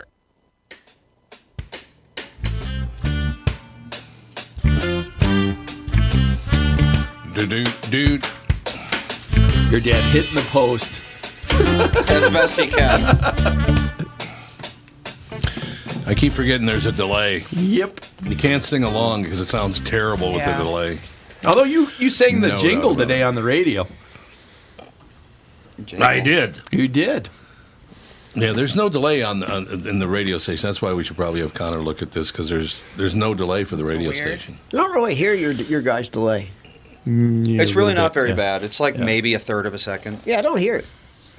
[SPEAKER 1] do do
[SPEAKER 6] Your dad hitting the post.
[SPEAKER 5] as best he can.
[SPEAKER 1] I keep forgetting there's a delay.
[SPEAKER 6] Yep.
[SPEAKER 1] You can't sing along because it sounds terrible with
[SPEAKER 2] Yeah.
[SPEAKER 1] the delay.
[SPEAKER 6] Although you you sang the
[SPEAKER 1] No,
[SPEAKER 6] jingle
[SPEAKER 1] no, no.
[SPEAKER 6] today on the radio.
[SPEAKER 1] I did.
[SPEAKER 6] You did.
[SPEAKER 1] Yeah, there's no delay on, on in the radio station. That's why we should probably have Connor look at this because there's there's no delay for the radio
[SPEAKER 2] weird.
[SPEAKER 1] station.
[SPEAKER 3] I don't really hear your your guys' delay.
[SPEAKER 5] It's really not very
[SPEAKER 6] yeah.
[SPEAKER 5] bad. It's like maybe a third of a second.
[SPEAKER 3] Yeah, I don't hear it.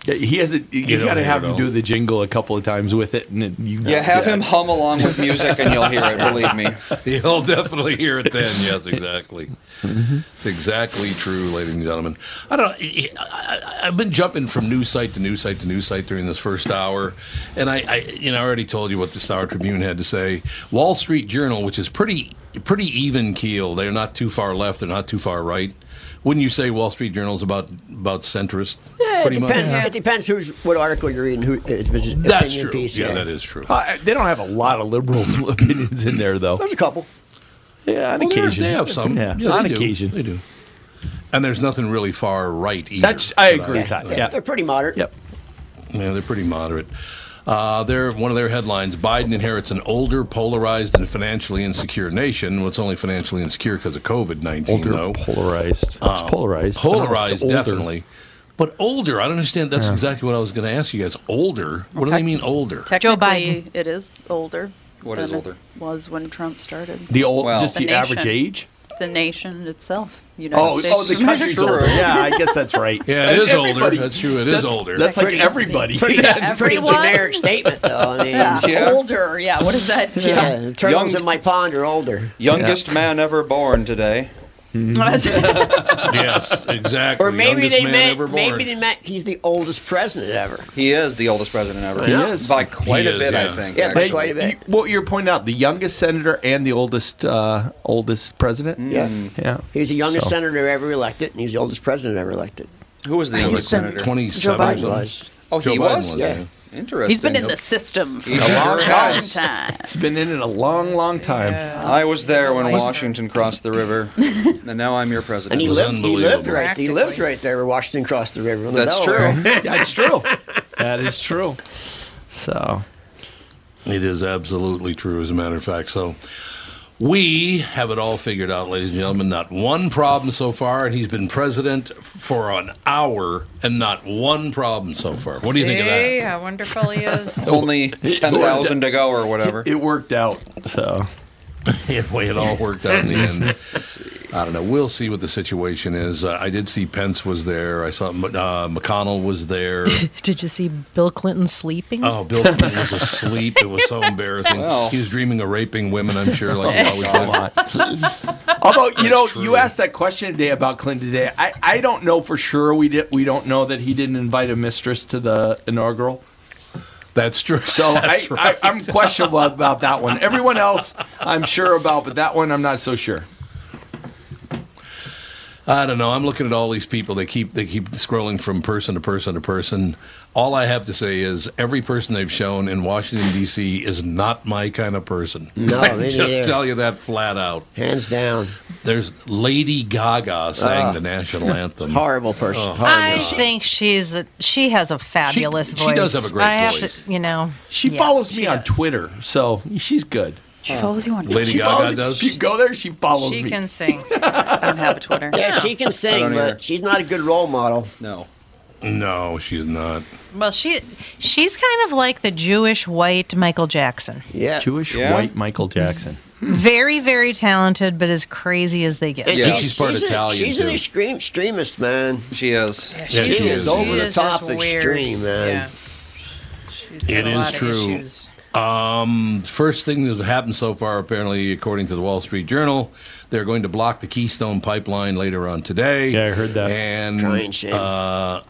[SPEAKER 6] Yeah, He hasn't. You,
[SPEAKER 1] You don't
[SPEAKER 6] got to
[SPEAKER 1] hear
[SPEAKER 6] have
[SPEAKER 1] it
[SPEAKER 6] him
[SPEAKER 1] all.
[SPEAKER 6] do the jingle a couple of times with it, and then you
[SPEAKER 5] Yeah, have him hum along with music and you'll hear it, believe me.
[SPEAKER 1] You'll definitely hear it then. Yes, exactly. It's exactly true, ladies and gentlemen. I don't. I, I, I've been jumping from news site to news site to news site during this first hour, and I, I, you know, I already told you what the Star Tribune had to say. Wall Street Journal, which is pretty, pretty even keel. They're not too far left. They're not too far right. Wouldn't you say Wall Street Journal's about about centrist?
[SPEAKER 3] Yeah, it
[SPEAKER 1] pretty
[SPEAKER 3] depends.
[SPEAKER 1] much.
[SPEAKER 3] It depends who's what article you're reading. Who uh, it's his
[SPEAKER 1] That's
[SPEAKER 3] opinion
[SPEAKER 1] true.
[SPEAKER 3] piece.
[SPEAKER 1] yeah, that is true.
[SPEAKER 6] Uh, they don't have a lot of liberal (laughs) opinions in there, though.
[SPEAKER 3] There's a couple.
[SPEAKER 6] Yeah, on
[SPEAKER 1] Well, they're-
[SPEAKER 6] occasion
[SPEAKER 1] they have some.
[SPEAKER 6] Yeah,
[SPEAKER 1] they
[SPEAKER 6] on
[SPEAKER 1] do.
[SPEAKER 6] occasion.
[SPEAKER 1] they do. And there's nothing really far right either.
[SPEAKER 6] That's- I
[SPEAKER 1] that
[SPEAKER 6] agree with that, yeah.
[SPEAKER 3] They're pretty moderate.
[SPEAKER 6] Yep.
[SPEAKER 1] Yeah, they're pretty moderate. Uh, they're, one of their headlines Biden inherits an older, polarized, and financially insecure nation. Well, it's only financially insecure because of COVID 19, though.
[SPEAKER 6] polarized. It's polarized.
[SPEAKER 1] um, polarized, definitely. But older, I don't understand. That's exactly what I was going to ask you guys. Older? What do they mean older?
[SPEAKER 2] Joe
[SPEAKER 4] Technically, It is older.
[SPEAKER 5] What
[SPEAKER 4] than
[SPEAKER 5] is
[SPEAKER 4] it
[SPEAKER 5] older?
[SPEAKER 4] Was when Trump started.
[SPEAKER 6] The old,
[SPEAKER 5] Well-
[SPEAKER 6] just the,
[SPEAKER 4] The
[SPEAKER 6] average
[SPEAKER 4] nation.
[SPEAKER 6] age.
[SPEAKER 4] The nation itself. United
[SPEAKER 6] Oh,
[SPEAKER 4] States. (laughs)
[SPEAKER 6] oh, the country's
[SPEAKER 5] True.
[SPEAKER 6] older. Yeah, I guess that's right.
[SPEAKER 1] Yeah, it
[SPEAKER 6] And
[SPEAKER 1] is older.
[SPEAKER 6] everybody-
[SPEAKER 1] That's true. It is
[SPEAKER 6] that's-
[SPEAKER 1] older.
[SPEAKER 6] That's like
[SPEAKER 4] Pretty-
[SPEAKER 6] everybody.
[SPEAKER 3] Pretty,
[SPEAKER 4] Yeah,
[SPEAKER 3] pretty
[SPEAKER 4] everyone.
[SPEAKER 3] generic statement, though. I mean,
[SPEAKER 4] Yeah.
[SPEAKER 5] Yeah.
[SPEAKER 4] Older. Yeah. What is that?
[SPEAKER 3] yeah,
[SPEAKER 4] Yeah.
[SPEAKER 3] the turtles
[SPEAKER 5] Young-
[SPEAKER 3] in my pond are older,
[SPEAKER 5] Youngest man ever born today.
[SPEAKER 1] (laughs) yes, exactly.
[SPEAKER 3] or maybe
[SPEAKER 1] Youngest
[SPEAKER 3] they
[SPEAKER 1] man
[SPEAKER 3] meant
[SPEAKER 1] ever born.
[SPEAKER 3] maybe they meant he's the oldest president ever.
[SPEAKER 5] He is the oldest president ever.
[SPEAKER 6] He is.
[SPEAKER 5] By quite
[SPEAKER 1] He
[SPEAKER 5] a
[SPEAKER 1] is,
[SPEAKER 5] bit,
[SPEAKER 1] yeah.
[SPEAKER 5] I think.
[SPEAKER 3] Yeah, by
[SPEAKER 5] actually.
[SPEAKER 3] quite a
[SPEAKER 6] You,
[SPEAKER 3] bit.
[SPEAKER 6] what you're pointing out, the youngest senator and the oldest uh, oldest president.
[SPEAKER 1] Hmm.
[SPEAKER 3] Yeah.
[SPEAKER 6] Yeah.
[SPEAKER 3] He was the youngest
[SPEAKER 6] So-
[SPEAKER 3] senator ever elected, and he was the oldest president ever elected.
[SPEAKER 5] Who was the youngest
[SPEAKER 1] Like
[SPEAKER 5] senator?
[SPEAKER 1] 27
[SPEAKER 3] Biden
[SPEAKER 1] or something.
[SPEAKER 3] was.
[SPEAKER 5] Oh,
[SPEAKER 1] Joe
[SPEAKER 5] he
[SPEAKER 1] Biden
[SPEAKER 5] was?
[SPEAKER 1] was,
[SPEAKER 3] Yeah.
[SPEAKER 1] yeah.
[SPEAKER 5] Interesting.
[SPEAKER 4] He's been in the system for
[SPEAKER 5] He
[SPEAKER 4] a
[SPEAKER 5] sure
[SPEAKER 4] long
[SPEAKER 5] has.
[SPEAKER 4] time.
[SPEAKER 6] It's been in it a long, long time.
[SPEAKER 5] I was there when Washington crossed the river, and now I'm your president.
[SPEAKER 3] And he
[SPEAKER 1] was
[SPEAKER 3] lived. He lived
[SPEAKER 1] unbelievable.
[SPEAKER 3] right. He lives right there where Washington crossed the river. On the
[SPEAKER 5] That's
[SPEAKER 3] Delaware.
[SPEAKER 5] true.
[SPEAKER 6] That's true. That is true. So
[SPEAKER 1] It is absolutely true, as a matter of fact. So we have it all figured out, ladies and gentlemen. Not one problem so far, and he's been president f- for an hour, and not one problem so far. What do you think of
[SPEAKER 2] See
[SPEAKER 1] that?
[SPEAKER 2] how wonderful he is.
[SPEAKER 5] Only 10,000 to go or whatever.
[SPEAKER 6] it worked out. So
[SPEAKER 1] (laughs) Anyway, it all worked out in the end. I don't know. We'll see what the situation is. Uh, I did see Pence was there. I saw M- uh, McConnell
[SPEAKER 6] (coughs)
[SPEAKER 1] was there.
[SPEAKER 2] (laughs) Did you see Bill Clinton sleeping?
[SPEAKER 1] Oh, Bill Clinton was asleep. It was
[SPEAKER 6] (laughs)
[SPEAKER 1] so embarrassing.
[SPEAKER 5] Well.
[SPEAKER 1] He was dreaming of raping women, I'm sure, like
[SPEAKER 6] Oh,
[SPEAKER 1] he always did.
[SPEAKER 6] (laughs) Although you know,
[SPEAKER 1] That's true.
[SPEAKER 6] you asked that question today about Clinton today. I, I don't know for sure. We did. We don't know that he didn't invite a mistress to the inaugural.
[SPEAKER 1] That's true.
[SPEAKER 6] So I,
[SPEAKER 1] (laughs) That's right.
[SPEAKER 6] I, I'm questionable about that one. Everyone else, I'm sure about, but that one, I'm not so sure.
[SPEAKER 1] I don't know. I'm looking at all these people. They keep they keep scrolling from person to person to person. All I have to say is every person they've shown in Washington D.C. is not my kind of person.
[SPEAKER 3] No,
[SPEAKER 1] (laughs) I
[SPEAKER 3] me
[SPEAKER 1] just
[SPEAKER 3] neither.
[SPEAKER 1] tell you that flat out.
[SPEAKER 3] Hands down,
[SPEAKER 1] There's Lady Gaga sang
[SPEAKER 3] (laughs)
[SPEAKER 1] the national anthem.
[SPEAKER 3] horrible person.
[SPEAKER 1] Oh,
[SPEAKER 2] I
[SPEAKER 1] horrible.
[SPEAKER 2] think she's a, she has a fabulous
[SPEAKER 1] she
[SPEAKER 2] voice.
[SPEAKER 1] does have a great
[SPEAKER 2] I have
[SPEAKER 1] voice.
[SPEAKER 2] to, you know.
[SPEAKER 6] She
[SPEAKER 2] yeah,
[SPEAKER 6] follows me
[SPEAKER 2] she
[SPEAKER 6] on
[SPEAKER 2] does.
[SPEAKER 6] Twitter, so she's good.
[SPEAKER 4] She follows you on
[SPEAKER 1] Lady
[SPEAKER 6] She
[SPEAKER 1] Gaga
[SPEAKER 6] follows,
[SPEAKER 1] does.
[SPEAKER 6] If you go there, she follows
[SPEAKER 2] She
[SPEAKER 6] me.
[SPEAKER 2] can sing.
[SPEAKER 4] I don't have a Twitter.
[SPEAKER 3] Yeah, she can sing,
[SPEAKER 5] don't
[SPEAKER 3] but
[SPEAKER 5] either.
[SPEAKER 3] she's not a good role model.
[SPEAKER 5] No.
[SPEAKER 1] No, she's not.
[SPEAKER 2] Well, she she's kind of like the Jewish white Michael Jackson.
[SPEAKER 3] Yeah.
[SPEAKER 6] (laughs) Jewish
[SPEAKER 5] Yeah.
[SPEAKER 6] white Michael Jackson.
[SPEAKER 2] Very very talented, but as crazy as they get.
[SPEAKER 3] And
[SPEAKER 1] Yeah. think she's part
[SPEAKER 3] she's a-
[SPEAKER 1] Italian,
[SPEAKER 3] she's an
[SPEAKER 1] too.
[SPEAKER 3] extreme extremist, man.
[SPEAKER 5] She is.
[SPEAKER 1] Yeah,
[SPEAKER 3] She,
[SPEAKER 1] she
[SPEAKER 3] is,
[SPEAKER 1] is.
[SPEAKER 3] over
[SPEAKER 1] She
[SPEAKER 3] the
[SPEAKER 2] is
[SPEAKER 3] top
[SPEAKER 2] just weird.
[SPEAKER 3] extreme, man.
[SPEAKER 2] She's got
[SPEAKER 1] It
[SPEAKER 2] a
[SPEAKER 1] is
[SPEAKER 2] lot of
[SPEAKER 1] true.
[SPEAKER 2] issues.
[SPEAKER 1] First thing that's happened so far, apparently, according to the Wall Street Journal, they're going to block the Keystone Pipeline later on today.
[SPEAKER 7] Yeah, I heard that.
[SPEAKER 1] And
[SPEAKER 3] Giant shame.
[SPEAKER 1] Hmm. uh,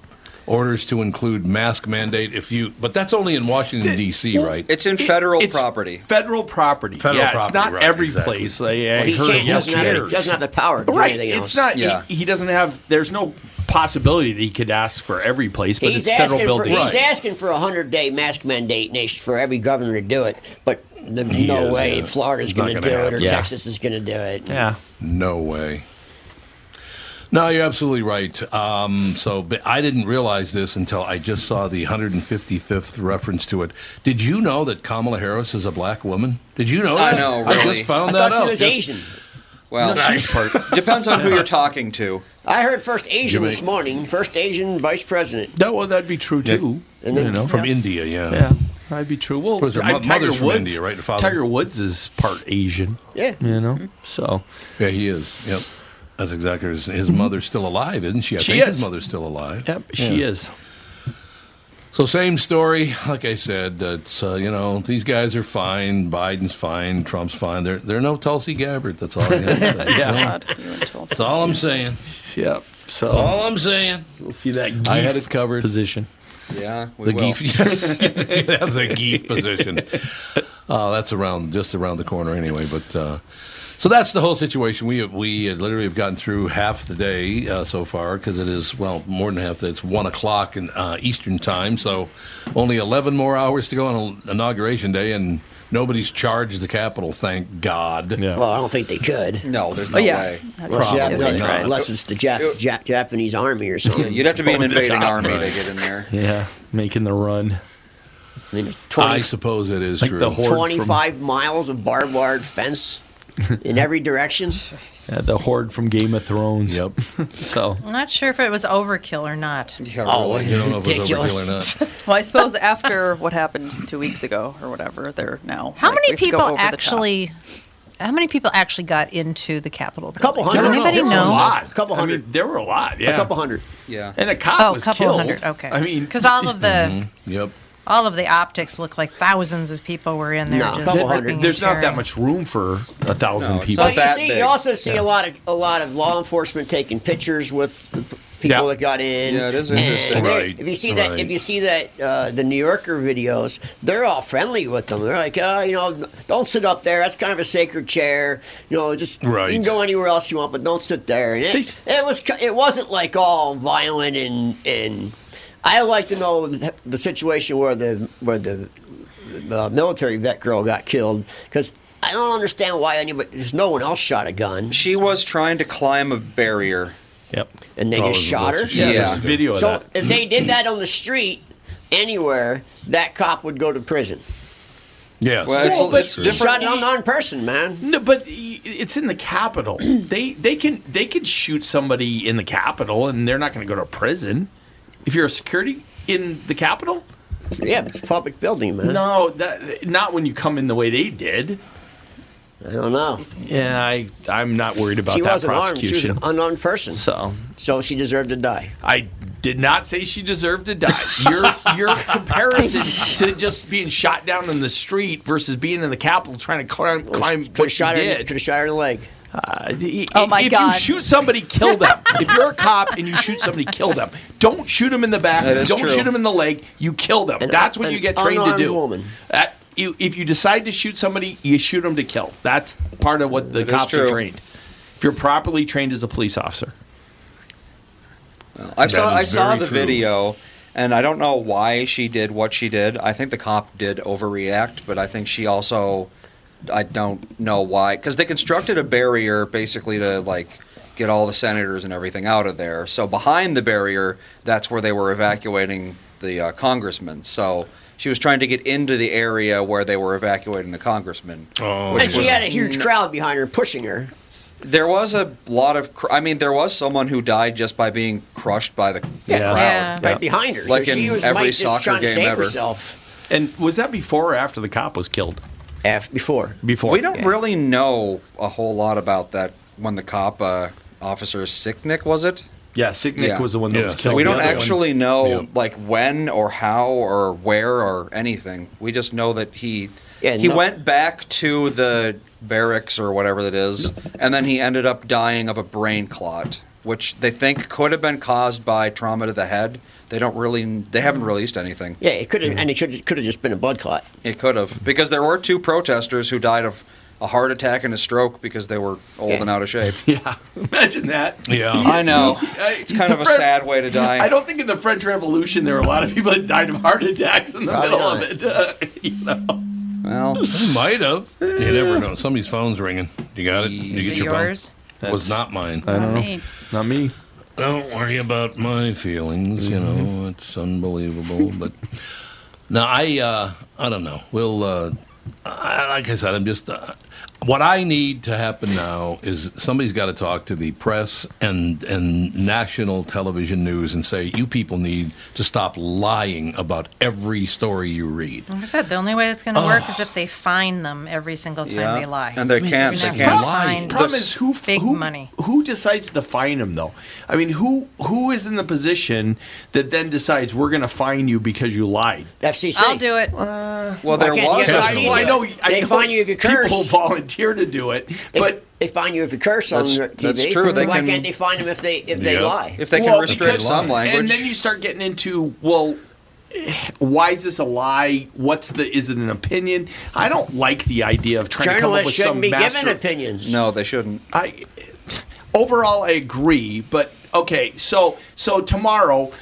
[SPEAKER 1] orders to include mask mandate if you, but that's only in Washington D.C., right?
[SPEAKER 5] It's in federal
[SPEAKER 6] It's
[SPEAKER 5] property.
[SPEAKER 6] Federal property.
[SPEAKER 1] Federal
[SPEAKER 6] yeah,
[SPEAKER 1] property,
[SPEAKER 6] it's not
[SPEAKER 1] right,
[SPEAKER 6] every
[SPEAKER 1] exactly.
[SPEAKER 6] place. Like, I
[SPEAKER 3] he,
[SPEAKER 6] heard
[SPEAKER 3] can't,
[SPEAKER 6] it
[SPEAKER 3] he doesn't have,
[SPEAKER 6] yesterday.
[SPEAKER 3] he doesn't have the power to do
[SPEAKER 6] Right,
[SPEAKER 3] anything else.
[SPEAKER 6] it's not. he-
[SPEAKER 5] Yeah.
[SPEAKER 6] He, doesn't have. There's no possibility that he could ask for every place, but
[SPEAKER 3] He's
[SPEAKER 6] it's federal
[SPEAKER 3] asking, for,
[SPEAKER 6] buildings.
[SPEAKER 3] he's asking for a hundred day mask mandate and it's for every governor to do it, but the,
[SPEAKER 1] He
[SPEAKER 3] no
[SPEAKER 1] is,
[SPEAKER 3] way
[SPEAKER 1] yeah.
[SPEAKER 3] Florida's
[SPEAKER 1] It's not
[SPEAKER 3] going to
[SPEAKER 1] gonna
[SPEAKER 3] do it or
[SPEAKER 1] happen.
[SPEAKER 6] Yeah.
[SPEAKER 3] Texas is going to do it.
[SPEAKER 6] Yeah.
[SPEAKER 1] No way. No, you're absolutely right. Um, so but I didn't realize this until I just saw the 155th reference to it. Did you know that Kamala Harris is a black woman? Did you know?
[SPEAKER 5] I
[SPEAKER 1] that?
[SPEAKER 5] know,
[SPEAKER 1] I
[SPEAKER 5] really.
[SPEAKER 1] just found
[SPEAKER 3] I
[SPEAKER 1] that
[SPEAKER 3] thought she
[SPEAKER 1] out.
[SPEAKER 3] was
[SPEAKER 1] Just-
[SPEAKER 3] Asian.
[SPEAKER 5] Well, depends on who you're talking to.
[SPEAKER 3] I heard first Asian
[SPEAKER 1] Jamaica.
[SPEAKER 3] this morning. First Asian vice president.
[SPEAKER 6] No, well, that'd be true too.
[SPEAKER 3] And then
[SPEAKER 6] you know,
[SPEAKER 1] From India, yeah.
[SPEAKER 6] yeah, that'd be true. Well,
[SPEAKER 1] Was her
[SPEAKER 6] I-
[SPEAKER 1] mo-
[SPEAKER 6] Tiger
[SPEAKER 1] mother's
[SPEAKER 6] Woods,
[SPEAKER 1] from India, right? The father-
[SPEAKER 6] Tiger Woods is part Asian.
[SPEAKER 3] Yeah.
[SPEAKER 6] you know, so
[SPEAKER 1] Yeah, he is. Yep. That's exactly his, his mother's still alive, isn't she? I
[SPEAKER 6] She
[SPEAKER 1] think
[SPEAKER 6] is.
[SPEAKER 1] his mother's still alive.
[SPEAKER 6] Mm-hmm. yep, she
[SPEAKER 1] Yeah.
[SPEAKER 6] is.
[SPEAKER 1] So same story. Like I said, uh, it's uh, you know these guys are fine. Biden's fine. Trump's fine. They're they're no Tulsi Gabbard. That's all. I have to
[SPEAKER 6] (laughs)
[SPEAKER 1] say.
[SPEAKER 6] Yeah.
[SPEAKER 1] No.
[SPEAKER 4] God, you and Tulsi.
[SPEAKER 1] That's all I'm saying.
[SPEAKER 6] Yep. So
[SPEAKER 1] All I'm saying.
[SPEAKER 6] we'll see that.
[SPEAKER 1] I had
[SPEAKER 6] geef
[SPEAKER 1] it covered.
[SPEAKER 6] position.
[SPEAKER 5] Yeah, we
[SPEAKER 1] The
[SPEAKER 5] will.
[SPEAKER 1] geef. you have the geef (laughs) position. Uh, that's around just around the corner anyway. But uh, so that's the whole situation. We we literally have gotten through half the day uh, so far because it is well more than half. It's one o'clock in uh, Eastern time, so only eleven more hours to go on inauguration day, and nobody's charged the Capitol. Thank God.
[SPEAKER 6] Yeah.
[SPEAKER 3] Well, I don't think they could.
[SPEAKER 5] No, there's no
[SPEAKER 4] Oh, yeah.
[SPEAKER 5] way.
[SPEAKER 3] Unless, you have-
[SPEAKER 1] Probably not.
[SPEAKER 3] unless it's the Jap- Jap- Japanese army or something.
[SPEAKER 5] You'd have to be an
[SPEAKER 1] Over the
[SPEAKER 5] invading
[SPEAKER 1] top,
[SPEAKER 5] army to
[SPEAKER 1] right.
[SPEAKER 5] get in there.
[SPEAKER 6] Yeah, making the run.
[SPEAKER 3] I mean,
[SPEAKER 1] I
[SPEAKER 3] 20,
[SPEAKER 1] suppose it is
[SPEAKER 6] Like
[SPEAKER 1] true.
[SPEAKER 6] the horde from-
[SPEAKER 3] 25 miles of barbed wire fence in every direction.
[SPEAKER 1] (laughs)
[SPEAKER 6] Yeah, the horde from Game of Thrones.
[SPEAKER 1] Yep.
[SPEAKER 6] So
[SPEAKER 2] I'm not sure if it was overkill or not.
[SPEAKER 5] Yeah,
[SPEAKER 3] Oh,
[SPEAKER 5] really.
[SPEAKER 1] You don't know if it's
[SPEAKER 3] Ridiculous.
[SPEAKER 1] overkill or not.
[SPEAKER 4] Well, I suppose after what happened two weeks ago or whatever, they're now.
[SPEAKER 2] How
[SPEAKER 4] like, we
[SPEAKER 2] many
[SPEAKER 4] have to go over
[SPEAKER 2] people
[SPEAKER 4] the top.
[SPEAKER 2] actually? How many people actually got into the Capitol?
[SPEAKER 3] A couple
[SPEAKER 2] building?
[SPEAKER 3] hundred.
[SPEAKER 2] Does anybody
[SPEAKER 3] There were
[SPEAKER 6] a
[SPEAKER 2] know?
[SPEAKER 6] lot.
[SPEAKER 3] Couple
[SPEAKER 6] I mean,
[SPEAKER 3] hundred.
[SPEAKER 6] there were a lot.
[SPEAKER 3] A
[SPEAKER 6] Yeah,
[SPEAKER 3] couple hundred.
[SPEAKER 5] Yeah.
[SPEAKER 6] And a cop
[SPEAKER 2] Oh, a
[SPEAKER 6] was
[SPEAKER 2] couple
[SPEAKER 6] killed.
[SPEAKER 2] hundred. Okay.
[SPEAKER 6] I mean,
[SPEAKER 2] because all
[SPEAKER 6] (laughs)
[SPEAKER 2] of the
[SPEAKER 1] Yep.
[SPEAKER 2] all of the optics look like thousands of people were in there.
[SPEAKER 3] No,
[SPEAKER 2] just
[SPEAKER 3] couple
[SPEAKER 2] ripping
[SPEAKER 3] hundred.
[SPEAKER 2] and
[SPEAKER 6] there's not that
[SPEAKER 2] tearing.
[SPEAKER 6] much room for a thousand
[SPEAKER 5] No, it's
[SPEAKER 6] people.
[SPEAKER 3] But
[SPEAKER 5] not
[SPEAKER 3] you
[SPEAKER 5] that
[SPEAKER 3] see,
[SPEAKER 5] big.
[SPEAKER 3] you also see a lot of a lot of law enforcement taking pictures with the p- people
[SPEAKER 6] Yeah.
[SPEAKER 3] that got in.
[SPEAKER 5] Yeah, it is
[SPEAKER 3] And
[SPEAKER 5] interesting.
[SPEAKER 3] they-
[SPEAKER 1] Right,
[SPEAKER 3] If you see that,
[SPEAKER 1] right.
[SPEAKER 3] if you see that, uh, the New Yorker videos, they're all friendly with them. They're like, uh, you know, don't sit up there. That's kind of a sacred chair. You know, just you
[SPEAKER 1] Right.
[SPEAKER 3] can go anywhere else you want, but don't sit there. And it,
[SPEAKER 6] They s-
[SPEAKER 3] it was ki- it wasn't like all violent and and. I like to know th- the situation where the where the uh, military vet girl got killed because I don't understand why anybody. There's no one else shot a gun,
[SPEAKER 5] She was trying to climb a barrier.
[SPEAKER 6] Yep.
[SPEAKER 3] and they
[SPEAKER 1] Oh,
[SPEAKER 3] just
[SPEAKER 1] it
[SPEAKER 3] shot
[SPEAKER 1] was
[SPEAKER 3] her.
[SPEAKER 1] a
[SPEAKER 5] Yeah.
[SPEAKER 6] There's video of
[SPEAKER 3] So
[SPEAKER 6] that.
[SPEAKER 3] if they did that on the street anywhere, that cop would go to prison.
[SPEAKER 1] Yeah.
[SPEAKER 5] Well, it's-
[SPEAKER 1] That's
[SPEAKER 5] it's
[SPEAKER 1] true.
[SPEAKER 5] different.
[SPEAKER 3] Shot an unknown person, man.
[SPEAKER 6] No, but y- it's in
[SPEAKER 3] (clears throat)
[SPEAKER 6] the Capitol. they they can they can shoot somebody in the Capitol, and they're not going to go to prison. If you're a security in the Capitol,
[SPEAKER 3] Yeah, but it's a public building, man.
[SPEAKER 6] no, that, not when you come in the way they did.
[SPEAKER 3] I don't know.
[SPEAKER 6] Yeah, I I'm not worried about
[SPEAKER 3] She
[SPEAKER 6] that
[SPEAKER 3] wasn't armed. She was
[SPEAKER 6] prosecution.
[SPEAKER 3] an unarmed person, so,
[SPEAKER 6] so
[SPEAKER 3] she deserved to die.
[SPEAKER 6] I did not say she deserved to die. Your your comparison to just being shot down in the street versus being in the Capitol trying to climb climb
[SPEAKER 3] could
[SPEAKER 6] what
[SPEAKER 3] have shot
[SPEAKER 6] you
[SPEAKER 3] her.
[SPEAKER 6] did.
[SPEAKER 3] Could have shot her in the leg.
[SPEAKER 6] Uh, i-
[SPEAKER 4] Oh
[SPEAKER 6] i-
[SPEAKER 4] my
[SPEAKER 6] if
[SPEAKER 4] God.
[SPEAKER 6] you shoot somebody, kill them. if you're a cop and you shoot somebody, kill them. Don't shoot them in the back.
[SPEAKER 5] That is
[SPEAKER 6] Don't
[SPEAKER 5] true.
[SPEAKER 6] shoot them in the leg. You kill them.
[SPEAKER 3] An-
[SPEAKER 6] That's what
[SPEAKER 3] an
[SPEAKER 6] you get trained to
[SPEAKER 3] unarmed
[SPEAKER 6] do.
[SPEAKER 3] woman.
[SPEAKER 6] Uh, you, if you decide to shoot somebody, you shoot them to kill. That's part of what the
[SPEAKER 5] That is
[SPEAKER 6] cops are
[SPEAKER 5] true.
[SPEAKER 6] trained. If you're properly trained as a police officer,
[SPEAKER 5] I saw
[SPEAKER 1] That
[SPEAKER 5] I
[SPEAKER 1] is
[SPEAKER 5] saw
[SPEAKER 1] very
[SPEAKER 5] the
[SPEAKER 1] true.
[SPEAKER 5] video, and I don't know why she did what she did. I think the cop did overreact, but I think she also I don't know why because they constructed a barrier basically to like get all the senators and everything out of there. So behind the barrier, that's where they were evacuating the uh, congressmen. So. She was trying to get into the area where they were evacuating the congressmen.
[SPEAKER 1] Oh,
[SPEAKER 3] And
[SPEAKER 5] which
[SPEAKER 3] she
[SPEAKER 5] was
[SPEAKER 3] had a huge crowd behind her, pushing her.
[SPEAKER 5] there was a lot of. Cr- I mean, there was someone who died just by being crushed by the
[SPEAKER 3] Yeah.
[SPEAKER 5] crowd.
[SPEAKER 2] Yeah.
[SPEAKER 3] right behind her.
[SPEAKER 5] Like
[SPEAKER 3] so she
[SPEAKER 5] in
[SPEAKER 3] was
[SPEAKER 5] every
[SPEAKER 3] might just
[SPEAKER 5] soccer
[SPEAKER 3] trying to
[SPEAKER 5] game
[SPEAKER 3] save
[SPEAKER 5] ever.
[SPEAKER 3] herself
[SPEAKER 6] and was that before or after the cop was killed?
[SPEAKER 3] af- before.
[SPEAKER 6] Before
[SPEAKER 5] We don't really know a whole lot about that when the cop uh, officer Sicknick was it.
[SPEAKER 6] Yeah, Sicknick
[SPEAKER 5] Yeah.
[SPEAKER 6] was the one that
[SPEAKER 1] Yeah,
[SPEAKER 6] was
[SPEAKER 1] so
[SPEAKER 6] killed.
[SPEAKER 5] we
[SPEAKER 6] The
[SPEAKER 5] don't
[SPEAKER 6] other one-
[SPEAKER 5] actually know
[SPEAKER 1] Yeah.
[SPEAKER 5] like when or how or where or anything. We just know that he
[SPEAKER 3] Yeah,
[SPEAKER 5] he
[SPEAKER 3] no-
[SPEAKER 5] went back to the barracks or whatever that is, and then he ended up dying of a brain clot, which they think could have been caused by trauma to the head. They don't really they haven't released anything.
[SPEAKER 3] Yeah, it could have, and it could could have just been a blood clot.
[SPEAKER 5] It could have because there were two protesters who died of a heart attack and a stroke because they were old
[SPEAKER 3] Yeah.
[SPEAKER 5] and out of shape.
[SPEAKER 6] Yeah, imagine that.
[SPEAKER 1] Yeah.
[SPEAKER 5] I know.
[SPEAKER 6] I-
[SPEAKER 5] It's kind
[SPEAKER 6] the
[SPEAKER 5] of a
[SPEAKER 6] French-
[SPEAKER 5] sad way to die.
[SPEAKER 6] uh, I don't think in the French Revolution there were a lot of people that died of heart attacks in the
[SPEAKER 3] Probably
[SPEAKER 6] middle
[SPEAKER 3] not.
[SPEAKER 6] of it. (laughs) Uh, you know.
[SPEAKER 5] Well,
[SPEAKER 1] Might have. You never know. Somebody's phone's ringing. You got it? Did you
[SPEAKER 2] Is
[SPEAKER 1] get
[SPEAKER 2] it
[SPEAKER 1] your
[SPEAKER 2] yours?
[SPEAKER 1] phone? was not mine.
[SPEAKER 4] Not me.
[SPEAKER 6] Not me.
[SPEAKER 1] don't worry about my feelings. You
[SPEAKER 5] Mm-hmm.
[SPEAKER 1] know, it's unbelievable. But no, I uh, I don't know. We'll uh, I, like I said, I'm just uh, what I need to happen now is somebody's got to talk to the press and and national television news and say you people need to stop lying about every story you read.
[SPEAKER 2] Like I said, the only way it's going to work is if they fine them every single time
[SPEAKER 5] Yeah.
[SPEAKER 2] they lie.
[SPEAKER 5] And they can't-
[SPEAKER 2] They're
[SPEAKER 5] they
[SPEAKER 2] gonna fine
[SPEAKER 5] can't.
[SPEAKER 6] Problem is who
[SPEAKER 2] big
[SPEAKER 6] who,
[SPEAKER 2] money.
[SPEAKER 6] Who decides to fine him though? I mean, who who is in the position that then decides we're going to fine you because you lied?
[SPEAKER 3] FCC.
[SPEAKER 2] I'll do it.
[SPEAKER 5] Well, there
[SPEAKER 3] can't
[SPEAKER 5] was.
[SPEAKER 3] you
[SPEAKER 6] I,
[SPEAKER 3] guys
[SPEAKER 6] well, I know. I
[SPEAKER 3] They
[SPEAKER 6] know
[SPEAKER 3] fine you if you curse.
[SPEAKER 6] People volunteer to do it, but
[SPEAKER 3] they find you if you curse on
[SPEAKER 5] That's-
[SPEAKER 3] your TV.
[SPEAKER 5] that's true.
[SPEAKER 3] So
[SPEAKER 5] They
[SPEAKER 3] why
[SPEAKER 5] can-
[SPEAKER 3] can't they find them if they if they
[SPEAKER 1] Yeah.
[SPEAKER 3] lie?
[SPEAKER 5] If they can
[SPEAKER 6] Well,
[SPEAKER 5] restrict
[SPEAKER 6] because-
[SPEAKER 5] some language,
[SPEAKER 6] And then you start getting into well, eh, why is this a lie? What's the? Is it an opinion? I don't like the idea of trying to come up
[SPEAKER 3] Journalists
[SPEAKER 6] with some
[SPEAKER 3] shouldn't be
[SPEAKER 6] master.
[SPEAKER 3] given opinions.
[SPEAKER 5] no, they shouldn't.
[SPEAKER 6] I overall I agree, but okay, so so tomorrow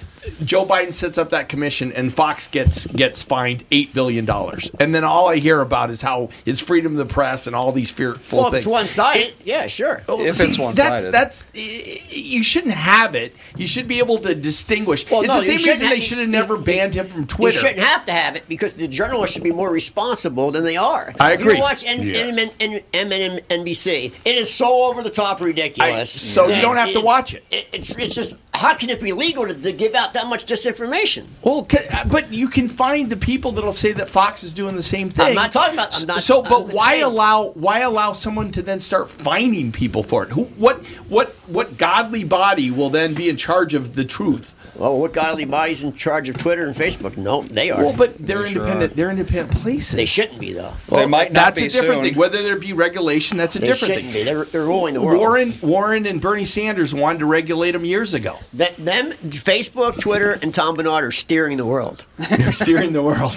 [SPEAKER 6] Joe Biden sets up that commission and Fox gets gets fined eight billion dollars. And then all I hear about is how is freedom of the press and all these fearful
[SPEAKER 3] Well, if
[SPEAKER 6] things.
[SPEAKER 3] it's one sided. Yeah, sure.
[SPEAKER 6] Oh,
[SPEAKER 5] If it's one-sided.
[SPEAKER 6] That's that's i- i- you shouldn't have it. You should be able to distinguish.
[SPEAKER 3] Well,
[SPEAKER 6] it's
[SPEAKER 3] no,
[SPEAKER 6] the
[SPEAKER 3] you
[SPEAKER 6] same
[SPEAKER 3] shouldn't
[SPEAKER 6] reason
[SPEAKER 3] have-
[SPEAKER 6] they should have
[SPEAKER 3] you-
[SPEAKER 6] never
[SPEAKER 3] you-
[SPEAKER 6] banned him from Twitter.
[SPEAKER 3] You shouldn't have to have it because the journalists should be more responsible than they are.
[SPEAKER 6] I
[SPEAKER 3] If
[SPEAKER 6] agree.
[SPEAKER 3] you watch N-
[SPEAKER 1] Yes.
[SPEAKER 3] N- N- N- N- NBC, it is so over the top ridiculous.
[SPEAKER 6] I- so you
[SPEAKER 3] that
[SPEAKER 6] don't have to
[SPEAKER 3] it's-
[SPEAKER 6] watch it.
[SPEAKER 3] It's it's just how can it be legal to, to give out that much disinformation?
[SPEAKER 6] Well, c- uh, but you can find the people that'll say that Fox is doing the same thing.
[SPEAKER 3] I'm not talking about- I'm not-
[SPEAKER 6] so, but
[SPEAKER 3] I'm
[SPEAKER 6] why
[SPEAKER 3] saying-
[SPEAKER 6] allow why allow someone to then start fining people for it? Who, what, what, what godly body will then be in charge of the truth?
[SPEAKER 3] Well, what godly body's in charge of Twitter and Facebook? No, they are.
[SPEAKER 6] Well, but they're
[SPEAKER 5] They sure
[SPEAKER 6] independent.
[SPEAKER 5] are.
[SPEAKER 6] they're independent places.
[SPEAKER 3] they shouldn't be though.
[SPEAKER 5] They might not
[SPEAKER 6] that's
[SPEAKER 5] be
[SPEAKER 6] a different
[SPEAKER 5] soon.
[SPEAKER 6] thing. Whether there be regulation, that's a
[SPEAKER 3] They
[SPEAKER 6] different
[SPEAKER 3] shouldn't
[SPEAKER 6] thing.
[SPEAKER 3] be. They're, they're ruling the world.
[SPEAKER 6] Warren, Warren, and Bernie Sanders wanted to regulate them years ago.
[SPEAKER 3] That, them, Facebook, Twitter, and Tom Bernard are steering the world.
[SPEAKER 6] They're steering
[SPEAKER 5] (laughs)
[SPEAKER 6] the world.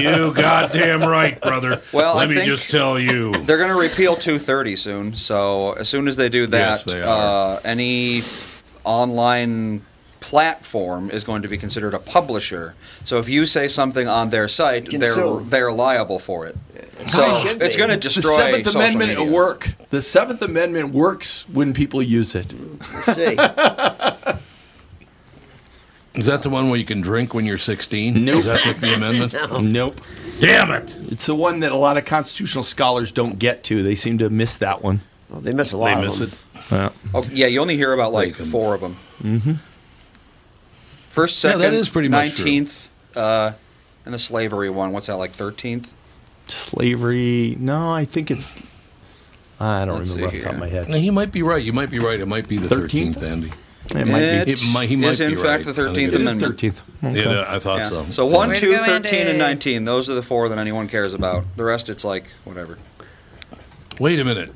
[SPEAKER 1] You goddamn right, brother.
[SPEAKER 5] Well, I
[SPEAKER 1] let me
[SPEAKER 5] think-
[SPEAKER 1] just tell you.
[SPEAKER 5] They're going to repeal 230 soon. So as soon as they do that,
[SPEAKER 1] Yes, they are.
[SPEAKER 5] Uh, any online platform is going to be considered a publisher. So if you say something on their site,
[SPEAKER 3] Can
[SPEAKER 5] they're
[SPEAKER 3] sue.
[SPEAKER 5] they're liable for it.
[SPEAKER 3] how
[SPEAKER 6] Oh,
[SPEAKER 5] So
[SPEAKER 3] it should
[SPEAKER 5] it's
[SPEAKER 3] be.
[SPEAKER 5] going to
[SPEAKER 3] The
[SPEAKER 5] destroy
[SPEAKER 6] the Seventh
[SPEAKER 5] social
[SPEAKER 6] Amendment
[SPEAKER 5] media.
[SPEAKER 6] at work. The Seventh Amendment works when people use it. (laughs)
[SPEAKER 3] See,
[SPEAKER 1] Is that the one where you can drink when you're 16?
[SPEAKER 6] Nope.
[SPEAKER 1] Is that the,
[SPEAKER 5] (laughs)
[SPEAKER 1] the amendment?
[SPEAKER 5] Oh.
[SPEAKER 6] Nope.
[SPEAKER 1] Damn it!
[SPEAKER 6] It's the one that a lot of constitutional scholars don't get to. They seem to miss that one.
[SPEAKER 3] well, they miss a lot
[SPEAKER 1] They
[SPEAKER 3] of
[SPEAKER 1] miss
[SPEAKER 3] them.
[SPEAKER 1] it.
[SPEAKER 5] Oh, yeah, you only hear about like
[SPEAKER 1] Lincoln.
[SPEAKER 5] four of them. Mm-hmm. First,
[SPEAKER 1] Yeah,
[SPEAKER 5] second,
[SPEAKER 1] that is pretty much true.
[SPEAKER 5] 19th, uh, and the slavery one. What's that like? 13th.
[SPEAKER 6] Slavery. No, I think it's. I don't
[SPEAKER 5] Let's
[SPEAKER 6] remember off
[SPEAKER 5] see
[SPEAKER 6] the top of my
[SPEAKER 5] here.
[SPEAKER 6] head.
[SPEAKER 1] Now, He might be right. You might be right. It might be the 13th,
[SPEAKER 6] 13th?
[SPEAKER 1] Andy.
[SPEAKER 6] It might be.
[SPEAKER 1] It might- he might
[SPEAKER 5] is
[SPEAKER 1] be
[SPEAKER 5] in
[SPEAKER 1] right.
[SPEAKER 5] fact the
[SPEAKER 1] I think
[SPEAKER 5] 13th
[SPEAKER 1] it
[SPEAKER 6] It
[SPEAKER 1] is
[SPEAKER 6] is
[SPEAKER 5] Amendment.
[SPEAKER 6] 13th. Okay.
[SPEAKER 1] Yeah, uh, I thought
[SPEAKER 5] Yeah.
[SPEAKER 1] so.
[SPEAKER 5] So 1,
[SPEAKER 2] Way to
[SPEAKER 5] 2,
[SPEAKER 2] go,
[SPEAKER 5] 13,
[SPEAKER 2] Andy.
[SPEAKER 5] and 19. Those are the four that anyone cares about. The rest, it's like, whatever.
[SPEAKER 1] Wait a minute.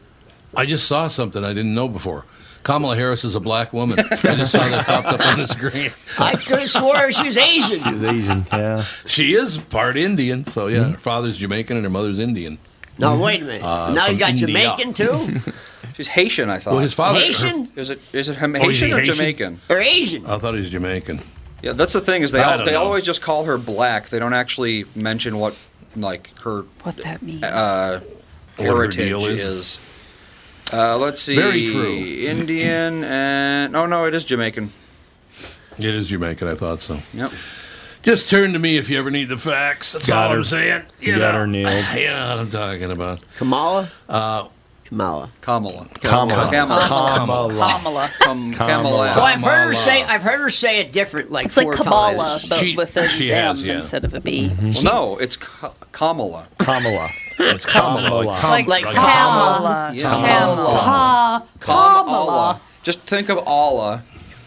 [SPEAKER 1] I just saw something I didn't know before. Kamala Harris is a black woman. I just saw that popped up on the screen. (laughs)
[SPEAKER 3] I could have swore she was Asian.
[SPEAKER 6] She's Asian. Yeah.
[SPEAKER 1] She is part Indian, so yeah, her father's Jamaican and her mother's Indian.
[SPEAKER 3] No, wait a minute.
[SPEAKER 1] Uh,
[SPEAKER 3] now you
[SPEAKER 1] from
[SPEAKER 3] got
[SPEAKER 1] India.
[SPEAKER 3] Jamaican too,
[SPEAKER 1] (laughs)
[SPEAKER 5] She's Haitian, I thought.
[SPEAKER 1] Well, his
[SPEAKER 6] Oh,
[SPEAKER 1] father. her-
[SPEAKER 3] Haitian
[SPEAKER 5] Is it, is it Ham-
[SPEAKER 1] Oh, is he
[SPEAKER 5] Haitian or
[SPEAKER 1] Haitian?
[SPEAKER 5] Jamaican?
[SPEAKER 3] or Asian?
[SPEAKER 1] I thought he was Jamaican.
[SPEAKER 5] Yeah, that's the thing is they
[SPEAKER 1] I
[SPEAKER 5] all,
[SPEAKER 1] don't
[SPEAKER 5] they
[SPEAKER 1] know.
[SPEAKER 5] always just call her black. They don't actually mention what like her
[SPEAKER 4] What that means.
[SPEAKER 5] uh,
[SPEAKER 1] What her
[SPEAKER 5] heritage
[SPEAKER 1] deal is.
[SPEAKER 5] is. Uh, let's see.
[SPEAKER 1] Very true.
[SPEAKER 5] Indian and no, no, it is Jamaican.
[SPEAKER 1] It is Jamaican. I thought so.
[SPEAKER 5] Yep.
[SPEAKER 1] Just turn to me if you ever need the facts. That's
[SPEAKER 6] Got
[SPEAKER 1] all
[SPEAKER 6] her.
[SPEAKER 1] I'm saying. You
[SPEAKER 6] got
[SPEAKER 1] know.
[SPEAKER 6] her
[SPEAKER 1] (laughs)
[SPEAKER 6] nailed.
[SPEAKER 1] You know what I'm talking about.
[SPEAKER 3] Kamala. Uh, Kamala.
[SPEAKER 5] Kamala.
[SPEAKER 6] Kamala.
[SPEAKER 5] Kamala.
[SPEAKER 4] Kamala.
[SPEAKER 5] Kam- Kamala.
[SPEAKER 3] Well, I've heard her
[SPEAKER 1] Kamala.
[SPEAKER 3] say. I've heard her say it different, like
[SPEAKER 4] It's
[SPEAKER 3] four
[SPEAKER 4] like Kabbalah,
[SPEAKER 3] times.
[SPEAKER 4] but
[SPEAKER 1] She-
[SPEAKER 4] with a
[SPEAKER 1] she
[SPEAKER 4] M
[SPEAKER 1] has, yeah.
[SPEAKER 4] instead of a B.
[SPEAKER 5] Well, no, it's Ka- Kamala.
[SPEAKER 6] Kamala.
[SPEAKER 1] It's Kamala. Like Tom,
[SPEAKER 2] Like
[SPEAKER 1] like
[SPEAKER 3] Kamala.
[SPEAKER 2] Kamala.
[SPEAKER 5] Yeah.
[SPEAKER 4] Kamala.
[SPEAKER 5] Kamala. Just think of Allah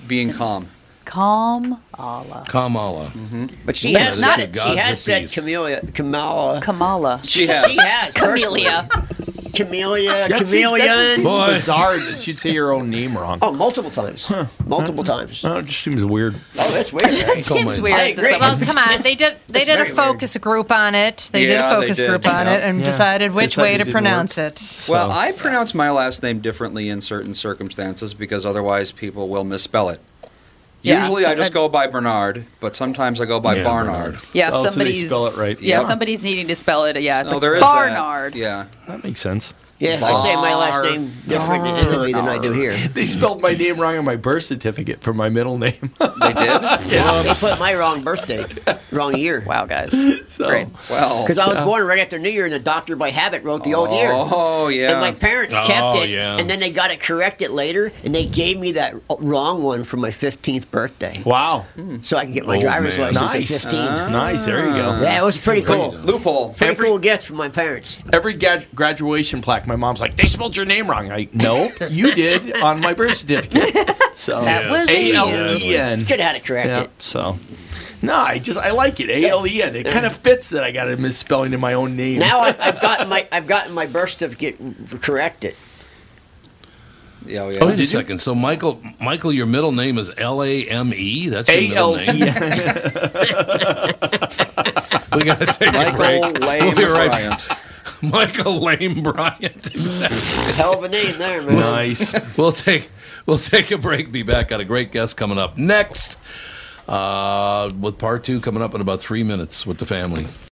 [SPEAKER 5] being calm.
[SPEAKER 4] Kamala.
[SPEAKER 1] Kamala.
[SPEAKER 3] But she
[SPEAKER 1] Yeah,
[SPEAKER 3] has
[SPEAKER 1] that's
[SPEAKER 3] said
[SPEAKER 1] a
[SPEAKER 3] it.
[SPEAKER 1] god
[SPEAKER 3] She has
[SPEAKER 1] for
[SPEAKER 3] said
[SPEAKER 1] peace.
[SPEAKER 3] Camellia. Kamala.
[SPEAKER 4] Kamala.
[SPEAKER 5] She has.
[SPEAKER 3] She has. personally.
[SPEAKER 4] Camellia.
[SPEAKER 3] Camellia.
[SPEAKER 6] That seems- that just
[SPEAKER 3] Chameleon.
[SPEAKER 6] seems
[SPEAKER 1] Boy.
[SPEAKER 6] bizarre that she'd say her own name wrong.
[SPEAKER 3] Oh, multiple times. Multiple times. Oh,
[SPEAKER 6] it just seems weird.
[SPEAKER 3] that's weird.
[SPEAKER 1] It's all
[SPEAKER 4] Seems
[SPEAKER 1] my-
[SPEAKER 4] weird.
[SPEAKER 3] I
[SPEAKER 4] that
[SPEAKER 3] agree.
[SPEAKER 4] someone-
[SPEAKER 2] Well, come on. They did. They
[SPEAKER 3] It's
[SPEAKER 2] did
[SPEAKER 3] very
[SPEAKER 2] a
[SPEAKER 3] weird.
[SPEAKER 2] focus group on it. They
[SPEAKER 5] Yeah,
[SPEAKER 2] did a
[SPEAKER 5] they
[SPEAKER 2] focus
[SPEAKER 5] did,
[SPEAKER 2] group on
[SPEAKER 5] yeah.
[SPEAKER 2] it and
[SPEAKER 6] Yeah.
[SPEAKER 2] decided which
[SPEAKER 6] Decided
[SPEAKER 2] way to
[SPEAKER 6] they didn't
[SPEAKER 2] pronounce
[SPEAKER 6] work.
[SPEAKER 2] it.
[SPEAKER 5] Well,
[SPEAKER 6] So-
[SPEAKER 5] I pronounce my last name differently in certain circumstances because otherwise people will misspell it.
[SPEAKER 4] Yeah,
[SPEAKER 5] Usually I
[SPEAKER 4] so-
[SPEAKER 5] just go by Bernard, but sometimes I go by
[SPEAKER 1] Yeah,
[SPEAKER 5] Barnard.
[SPEAKER 4] Yeah, if
[SPEAKER 6] Oh, so they
[SPEAKER 4] somebody's
[SPEAKER 6] spell it right.
[SPEAKER 4] Yeah, if
[SPEAKER 5] Yeah.
[SPEAKER 4] somebody's needing to spell it. Yeah, it's
[SPEAKER 5] No,
[SPEAKER 4] like
[SPEAKER 5] Oh, there is that.
[SPEAKER 4] Barnard.
[SPEAKER 5] Yeah.
[SPEAKER 6] That makes sense.
[SPEAKER 3] Yeah, I say my last name different in Italy than I do here.
[SPEAKER 6] They spelled my name wrong on my birth certificate for my middle name.
[SPEAKER 5] They
[SPEAKER 6] (laughs)
[SPEAKER 5] did?
[SPEAKER 3] They
[SPEAKER 1] (laughs)
[SPEAKER 3] put my wrong birthday, wrong year.
[SPEAKER 4] Wow, guys.
[SPEAKER 6] so,
[SPEAKER 4] Great.
[SPEAKER 5] Well.
[SPEAKER 3] Because I was born right after New Year, and the doctor by habit wrote the old year.
[SPEAKER 5] (laughs) Oh, yeah.
[SPEAKER 3] And my parents
[SPEAKER 1] Oh,
[SPEAKER 3] kept it,
[SPEAKER 1] yeah.
[SPEAKER 3] and then they got it corrected later, and they gave me that wrong one for my 15th birthday,
[SPEAKER 6] Wow.
[SPEAKER 3] so I can get my
[SPEAKER 5] Oh,
[SPEAKER 1] Old
[SPEAKER 3] driver's
[SPEAKER 1] man.
[SPEAKER 3] license
[SPEAKER 6] Nice. Ah.
[SPEAKER 3] at 15.
[SPEAKER 5] Ah.
[SPEAKER 6] Nice. There you go.
[SPEAKER 3] yeah, it was pretty cool.
[SPEAKER 5] Loophole.
[SPEAKER 3] Pretty cool gift from my parents.
[SPEAKER 6] Every ga- graduation plaque, my mom's like, they spelled your name wrong. I no, you did on my birth certificate. So
[SPEAKER 4] That was
[SPEAKER 6] A
[SPEAKER 4] you.
[SPEAKER 6] L E N.
[SPEAKER 3] Should have had it corrected.
[SPEAKER 6] Yeah. So. No, I just I like it. A L E N. It kind of fits that I got a misspelling in my own name.
[SPEAKER 3] Now I, I've gotten my I've gotten my birth certificate corrected.
[SPEAKER 5] Yeah,
[SPEAKER 1] Wait
[SPEAKER 5] yeah.
[SPEAKER 1] a second. So Michael, Michael, your middle name is L A M E. That's your
[SPEAKER 6] A
[SPEAKER 1] middle
[SPEAKER 6] L E
[SPEAKER 1] name.
[SPEAKER 6] N.
[SPEAKER 1] We got to take a break.
[SPEAKER 5] Michael Lane
[SPEAKER 1] (laughs) We'll be right back.
[SPEAKER 5] Bryant.
[SPEAKER 1] (laughs) Michael Lame Bryant. (laughs)
[SPEAKER 3] Hell of a name there, man.
[SPEAKER 6] (laughs) Nice.
[SPEAKER 1] we'll take we'll take a break. Be back. Got a great guest coming up next. Uh, with part two coming up in about three minutes with the family.